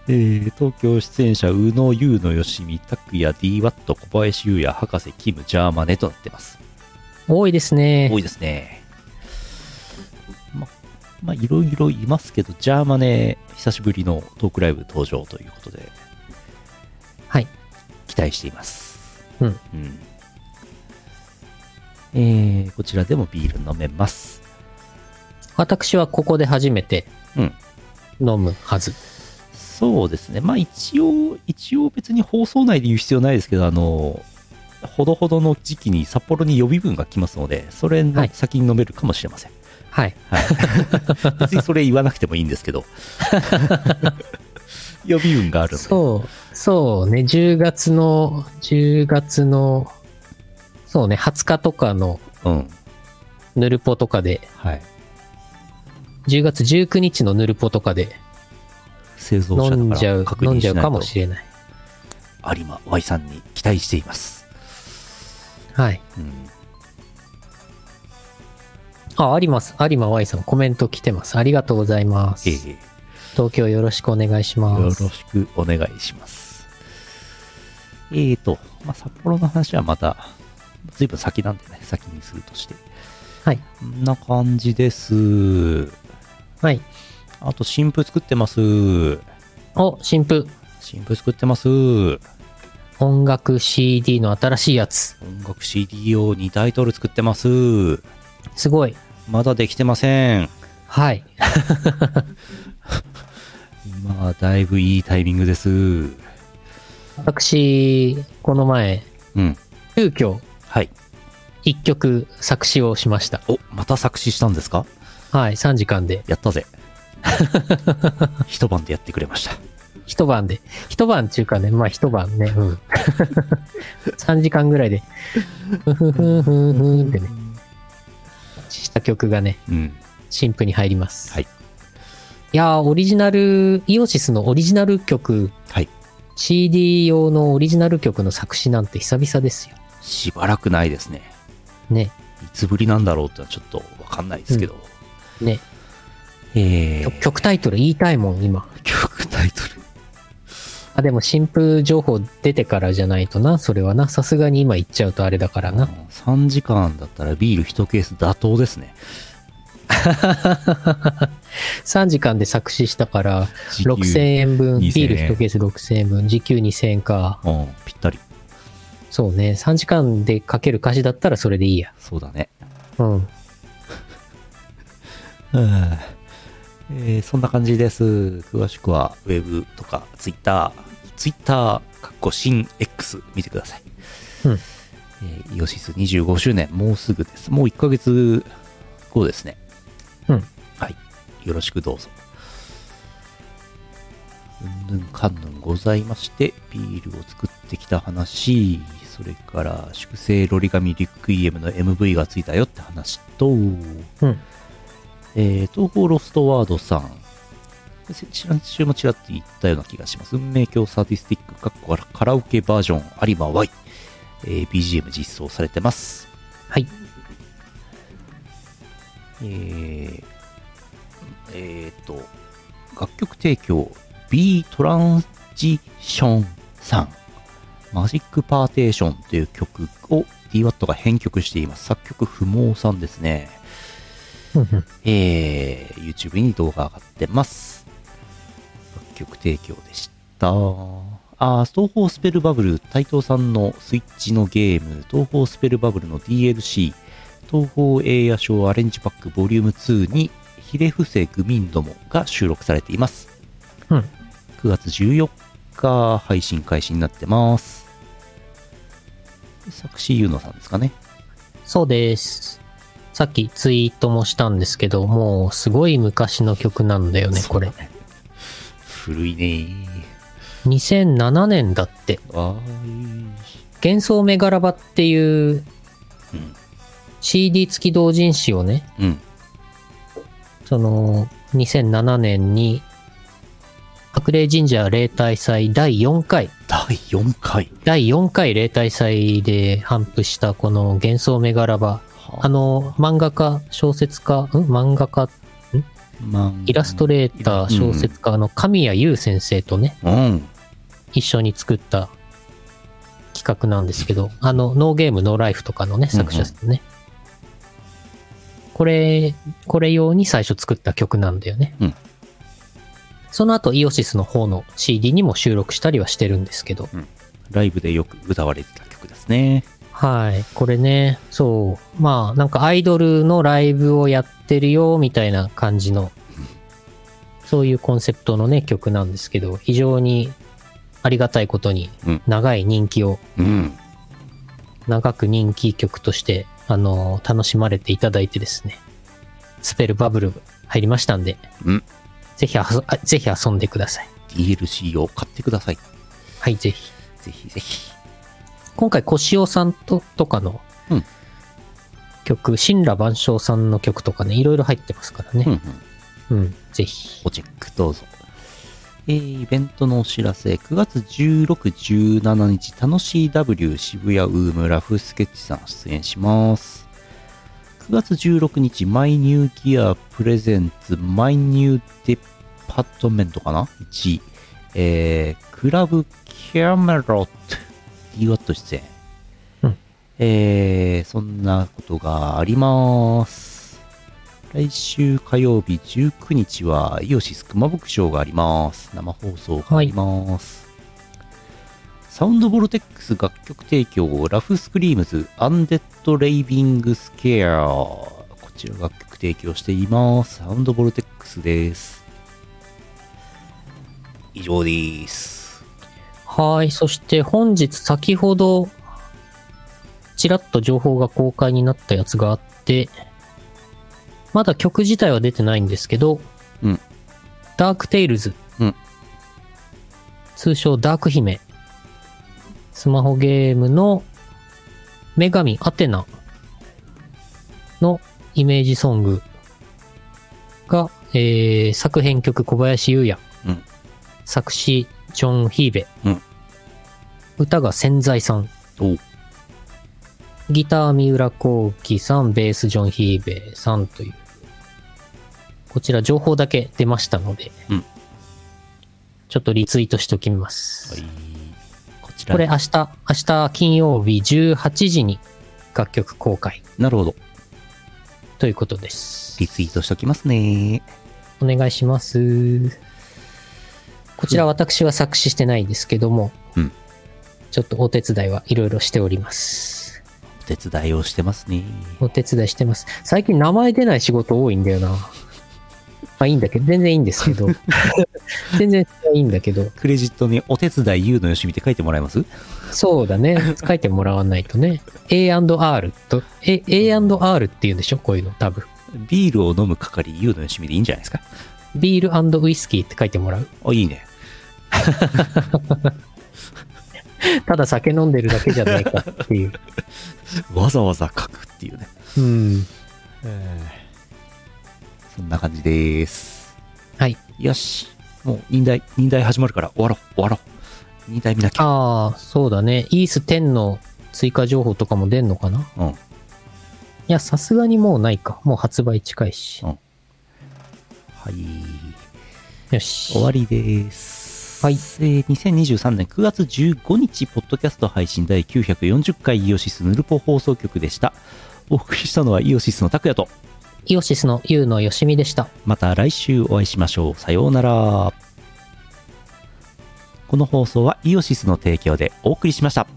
A: えー東京出演者、宇野、優野、よしみ、拓也、DWAT、小林優也、博士、キム、ジャーマネとなってます。
B: 多いですね
A: 多。いですね。ま、まあ、いろいろいますけど、ジャーマネ、久しぶりのトークライブ登場ということで、
B: はい。
A: 期待しています。
B: うん。
A: うん。えー、こちらでもビール飲めます。
B: 私はここで初めて
A: うん。
B: 飲むはず。
A: そうですね。まあ、一応、一応別に放送内で言う必要ないですけど、あの、ほどほどの時期に札幌に予備分が来ますので、それ
B: は
A: の
B: い
A: 先に飲めるかもしれません。
B: はい。
A: 別にそれ言わなくてもいいんですけ ど予備運があるので
B: そう、そうね、10月の、10月の、そうね、20日とかの
A: う、ん
B: ヌルポとかで、
A: はい、
B: 10月19日のヌルポとかで
A: 製造者
B: 飲ん
A: だ
B: じ
A: か
B: ゃ
A: ら
B: う、
A: 確
B: 飲ん
A: 認
B: じゃ
A: し
B: う
A: ない
B: か
A: と
B: もしれない。
A: 有馬 Y さんに期待しています、
B: はい。
A: うん、
B: あ、あります。有馬 Y さんコメント来てます。ありがとうございます。
A: ええ
B: 東京よろしくお願いし
A: よ
B: ま
A: ろ
B: す。
A: しくお願いしますえーと、まあ、札幌の話はまた随分先なんでね先にするとして
B: はい。
A: こんな感じです
B: はい。
A: あと新婦作ってます
B: お、新婦。
A: 新婦作ってます
B: 音楽 CD の新しいやつ。
A: 音楽 CD 用にタイトル作ってます
B: すごい。
A: まだできてません。
B: はい。
A: まあ、だいぶいいタイミングです。うん。
B: 私、この前、急遽、
A: はい。
B: 一曲作詞をしました。
A: お、また作詞したんですか
B: はい、3時間で、
A: やったぜ。 一晩でやってくれました。
B: 一晩で、一晩っていうかね、まあ一晩ね、うん。3時間ぐらいで、ふんふんふんふんふんってね、ッチした曲がね、
A: うん。
B: 新譜に入ります。
A: はい。
B: いやー、オリジナル、イオシスのオリジナル曲、
A: はい。
B: CD 用のオリジナル曲の作詞なんて久々ですよ。
A: しばらくないですね。
B: ね。
A: いつぶりなんだろうってのはちょっとわかんないですけど。
B: ね。
A: え
B: 曲
A: ー、
B: 曲タイトル言いたいもん、今。
A: 曲タイトル。
B: あ、でも新譜情報出てからじゃないとな、それはな。さすがに今言っちゃうとあれだからな。
A: 3時間だったらビール1ケース妥当ですね。
B: 3時間で作詞したから、
A: 時給
B: 6000円分、ビ
A: 2000
B: ール1ケース6000円分、時給2000円か。
A: うん、ぴったり。
B: そうね。3時間で書ける歌詞だったらそれでいいや。
A: そうだね。
B: うん。
A: うんえーそんな感じです。詳しくは、ウェブとか、ツイッター、ツイッター、かっこ新 X 見てください。
B: うん
A: えーイオシス25周年、もうすぐです。もう1ヶ月後ですね。
B: うん。
A: はい。よろしくどうぞ。うんぬんかんぬんございまして、ビールを作ってきた話、それから、粛清ロリガミリクイエムの MV がついたよって話と、
B: うん。
A: えー、東方ロストワードさん。先週もちらっと言ったような気がします。運命鏡サーティスティック、かっこカラオケバージョン、有馬 Y。えー BGM 実装されてます。
B: はい。
A: えー、えーと、楽曲提供、B トランジションさん。マジックパーテーションという曲を DWAT が編曲しています。作曲不毛さんですね。
B: うんうん
A: えー YouTube に動画上がってます。楽曲提供でした。あー、東方スペルバブル、斎藤さんのスイッチのゲーム、東方スペルバブルの DLC、東方映画賞アレンジパックボリューム2に、ひれ伏せグミンどもが収録されています。
B: うん
A: 9月14日配信開始になってます。作詞ゆうのさんですかね。
B: そうです。さっきツイートもしたんですけど、もうすごい昔の曲なんだよね、これ。
A: 古いね
B: 2007年だって。
A: あ
B: 幻想メガラバってい
A: ー
B: う
A: うん。
B: CD 付き同人誌をね、
A: うん。
B: その2007年に白麗神社例大祭第4回、
A: 第4回。
B: 第4回例大祭で頒布したこの幻想メガラバ。あの、漫画家、小説家、ん漫画家、
A: まあ、
B: イラストレーター、小説家の神谷優先生とね、
A: うん。
B: 一緒に作った企画なんですけど、あの、ノーゲーム、ノーライフとかのね、作者ですね。これ、これ用に最初作った曲なんだよね。
A: うん
B: その後、イオシスの方の CD にも収録したりはしてるんですけど、
A: ライブでよく歌われてた曲ですね。
B: はい。これね、そう。まあ、なんかアイドルのライブをやってるよ、みたいな感じの、そういうコンセプトのね、曲なんですけど、非常にありがたいことに
A: うん、
B: 長い人気を
A: うん。
B: 長く人気曲として、あの楽しまれていただいてですね、スペルバブル入りましたんで、
A: うん
B: ぜひあそ、あぜひ遊んでください。
A: DLC を買ってください。
B: はい、ぜひ。
A: ぜひぜひ。
B: 今回、コシオさんと、とかの
A: うん、
B: 曲、神羅万象さんの曲とかね、いろいろ入ってますから
A: うんう
B: ね。
A: ん。
B: うん、ぜひ。
A: おチェックどうぞ。えーイベントのお知らせ、9月16、17日、楽しい W 渋谷ウームラフスケッチさん出演します。9月16日、マイニューギアプレゼンツ、マイニューデパートメントかな ?1、えー、クラブキャメロット、DWAT 出演。
B: うん
A: えー、そんなことがあります。来週火曜日19日はイオシス熊牧場があります。生放送があります。サウンドボルテックス楽曲提供、ラフスクリームズ、アンデッド・レイビング・スケア。こちら楽曲提供しています。サウンドボルテックスです。以上です。
B: はい、そして本日先ほど、ちらっと情報が公開になったやつがあって、まだ曲自体は出てないんですけど、
A: うん
B: ダークテイルズ、
A: うん
B: 通称ダーク姫、スマホゲームの女神アテナのイメージソングが、えー作編曲小林優也、
A: うん
B: 作詞ジョン・ヒーベ、
A: うん
B: 歌が千在さん、
A: おう
B: ギター三浦幸喜さん、ベースジョン・ヒーベさんという、こちら情報だけ出ましたので、
A: うん
B: ちょっとリツイートしておきます。
A: はいこちら
B: これ明日、明日金曜日18時に楽曲公開
A: なるほど
B: ということです。
A: リツイートしときますね
B: お願いします。こちら私は作詞してないですけども、
A: うん
B: ちょっとお手伝いはいろいろしております。
A: お手伝いをしてますね
B: お手伝いしてます。最近名前出ない仕事多いんだよな。まあいいんだけど、全然いいんですけ ど。全然いいんだけど。
A: クレジットにお手伝い優のよしみって書いてもらえます
B: そうだね。書いてもらわないとね。A&R と、え A&R って言うんでしょこういうの、多分。
A: ビールを飲む係優のよしみでいいんじゃないですか
B: ビールウイスキーって書いてもらう。
A: あいいね
B: ただ酒飲んでるだけじゃないかっ ていう。
A: わざわざ書くっていうね
B: うん。
A: そんな感じです
B: はい。
A: よしもう忍耐忍耐始まるから終わろう終わろう忍耐見なきゃ
B: ああ、そうだね。イース10の追加情報とかも出んのかな
A: うん
B: いや、さすがにもうないか。もう発売近いし。
A: はい
B: よし。
A: 終わりです。
B: はい
A: えー2023年9月15日、ポッドキャスト配信第940回イオシスヌルポ放送局でした。お送りしたのはイオシスの拓也と、
B: イオシスのユウのよしみでした。
A: また来週お会いしましょう。さようなら。この放送はイオシスの提供でお送りしました。